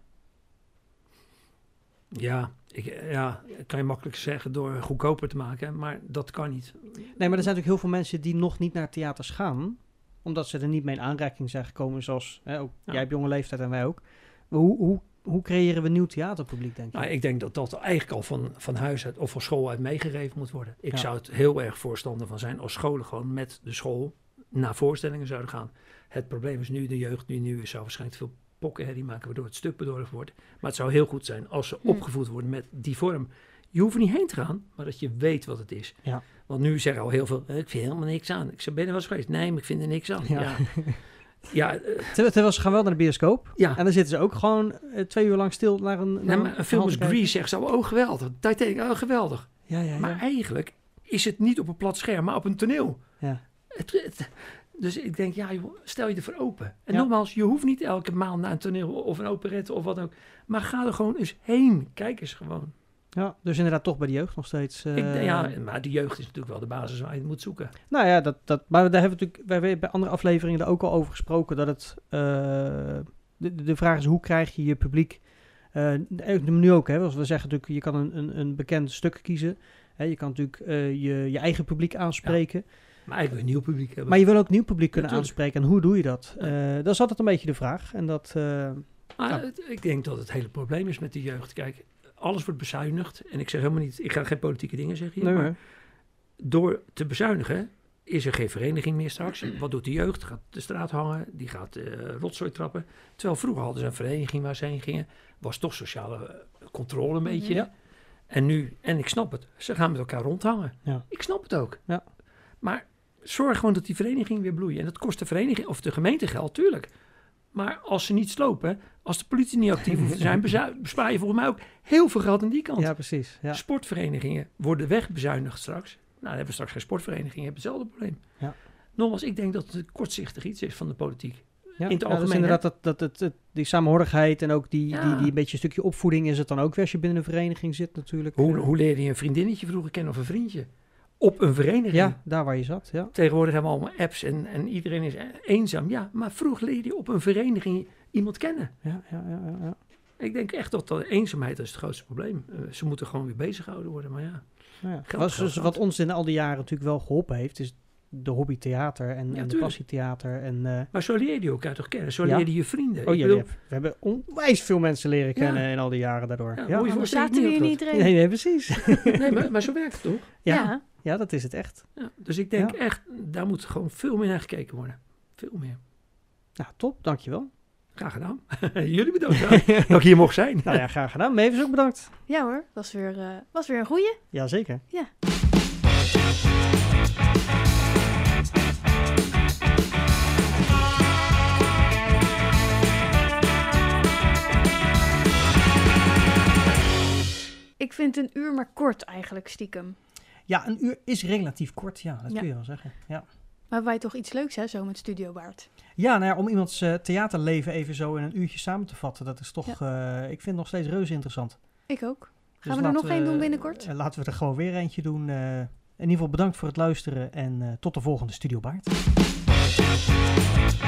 S3: Ja, ik, ja, kan je makkelijk zeggen door goedkoper te maken, maar dat kan niet.
S1: Nee, maar er zijn natuurlijk heel veel mensen die nog niet naar theaters gaan. Omdat ze er niet mee in aanraking zijn gekomen. Zoals hè, ook,
S3: Ja.
S1: jij op jonge leeftijd en wij ook. Maar hoe, hoe, hoe creëren we nieuw theaterpubliek, denk je?
S3: Nou, ik denk dat dat eigenlijk al van, van huis uit of van school uit meegegeven moet worden. Ik
S1: Ja.
S3: zou het heel erg voorstander van zijn als scholen gewoon met de school naar voorstellingen zouden gaan. Het probleem is nu de jeugd, die nu zou waarschijnlijk veel pokkenherrie maken waardoor het stuk bedorven wordt. Maar het zou heel goed zijn als ze
S2: Hm.
S3: opgevoed worden met die vorm. Je hoeft er niet heen te gaan, maar dat je weet wat het is.
S1: Ja.
S3: Want nu zeggen al heel veel, "Eh, ik vind helemaal niks aan. Ik zeg, ben je er wel eens geweest? Nee, maar ik vind er niks aan.
S1: Ja.
S3: Ja, ja, eh,
S1: Terwijl terwijl ze gaan wel naar de bioscoop.
S3: ja.
S1: En dan zitten ze ook gewoon eh, twee uur lang stil naar een... naar
S3: Nee, maar een film
S1: verhaal
S3: als
S1: te kijken.
S3: Grease zegt zo, oh geweldig. Titanic, oh geweldig.
S1: Ja, ja, ja.
S3: Maar eigenlijk is het niet op een plat scherm, maar op een toneel.
S1: Ja.
S3: Het, het- dus ik denk, ja, joh, stel je ervoor open. En
S1: Ja.
S3: nogmaals, je hoeft niet elke maand naar een toneel of een operette of wat dan ook. Maar ga er gewoon eens heen. Kijk eens gewoon.
S1: ja, dus inderdaad toch bij de jeugd nog steeds.
S3: Ik,
S1: eh,
S3: ja, maar de jeugd is natuurlijk wel de basis waar je het moet zoeken.
S1: Nou ja, dat, dat, maar daar hebben we natuurlijk wij hebben bij andere afleveringen er ook al over gesproken. Dat het. eh, de, de vraag is: hoe krijg je je publiek. eh, eh, nu ook, hè, zoals we zeggen, natuurlijk, je kan een, een, een bekend stuk kiezen. Hè, je kan natuurlijk eh, je, je eigen publiek aanspreken.
S3: Maar eigenlijk wil je een nieuw publiek hebben.
S1: Maar je wil ook nieuw publiek kunnen
S3: Natuurlijk.
S1: aanspreken. En hoe doe je dat? Eh dat is altijd een beetje de vraag. En dat. eh,
S3: Maar
S1: Ja.
S3: het- ik denk dat het hele probleem is met de jeugd. Kijk, alles wordt bezuinigd. En ik zeg helemaal niet, ik ga geen politieke dingen zeggen hier.
S1: nee,
S3: maar
S1: hoor.
S3: door te bezuinigen is er geen vereniging meer straks. Wat doet de jeugd? Gaat de straat hangen, die gaat eh rotzooi trappen. Terwijl vroeger hadden ze een vereniging waar ze heen gingen. Was toch sociale eh, controle een beetje.
S1: Mhm. Ja.
S3: En nu, en ik snap het, ze gaan met elkaar rondhangen.
S1: Ja.
S3: Ik snap het ook.
S1: Ja.
S3: Maar zorg gewoon dat die vereniging weer bloeit. En dat kost de vereniging of de gemeente geld, tuurlijk. Maar als ze niet slopen, als de politie niet actief hoeft te zijn, bezu- bespaar je volgens mij ook heel veel geld aan die kant.
S1: ja, precies. Ja.
S3: Sportverenigingen worden wegbezuinigd straks. Nou, dan hebben we straks geen sportverenigingen, hebben hetzelfde probleem.
S1: Ja.
S3: Nogmaals, ik denk dat het kortzichtig iets is van de politiek.
S1: Ja,
S3: in het
S1: ja,
S3: algemeen,
S1: dus
S3: hè?
S1: inderdaad, dat, dat, het het- die samenhorigheid en ook die, die,
S3: Ja.
S1: die een beetje een stukje opvoeding is het dan ook weer als je binnen een vereniging zit natuurlijk.
S3: Hoe,
S1: Eh,
S3: hoe leerde je een vriendinnetje vroeger kennen of een vriendje? Op een vereniging.
S1: Ja, daar waar je zat, ja.
S3: Tegenwoordig hebben we allemaal apps en, en iedereen is e- eenzaam. Ja, maar vroeg leerde je op een vereniging iemand kennen.
S1: Ja, ja, ja, ja, ja.
S3: Ik denk echt dat de eenzaamheid is het grootste probleem. Eh, ze moeten gewoon weer beziggehouden worden, maar ja.
S1: Nou ja.
S3: Geld,
S1: Wat-
S3: geld,
S1: dus
S3: geld.
S1: wat ons in al die jaren natuurlijk wel geholpen heeft, is de hobby theater en, en de
S3: tuurlijk.
S1: passietheater. En, eh,
S3: Maar zo leerde je elkaar toch kennen? Zo
S1: Ja.
S3: leerde je vrienden.
S1: oh,
S3: Ik
S1: ja,
S3: bedoel,
S1: ja, we hebben onwijs veel mensen leren
S3: Ja.
S1: kennen in al die jaren daardoor.
S3: Ja,
S1: Ja,
S3: moet je
S2: Anders
S3: voorstellen,
S2: zaten we hier
S3: ik
S2: niet
S1: Nee,
S2: erin.
S1: nee, precies.
S3: Nee, maar, maar zo werkt het toch?
S1: Ja.
S2: Ja.
S1: ja, dat is het echt.
S3: Ja, dus ik denk echt, daar moet gewoon veel meer naar gekeken worden. Veel meer.
S1: Nou, top, dankjewel.
S3: Graag gedaan. Jullie bedankt wel dat ik hier mocht zijn.
S1: nou ja, graag gedaan. Mevers ook bedankt.
S2: Ja hoor, was weer, eh, was weer een goeie.
S1: Jazeker.
S2: Ik vind een uur maar kort eigenlijk stiekem.
S1: Ja, een uur is relatief kort, ja. Dat
S2: Ja.
S1: kun je wel zeggen. Ja.
S2: Maar wij toch iets leuks hè, zo met Studio Baard.
S1: Ja, nou ja, om iemands eh, theaterleven even zo in een uurtje samen te vatten, dat is toch, eh, ik vind het nog steeds reuze interessant.
S2: Ik
S1: Dus
S2: ook. we er
S1: laten
S2: nog één doen binnenkort?
S1: eh, laten we er gewoon weer eentje doen. eh. in ieder geval bedankt voor het luisteren en eh, tot de volgende Studio Baard.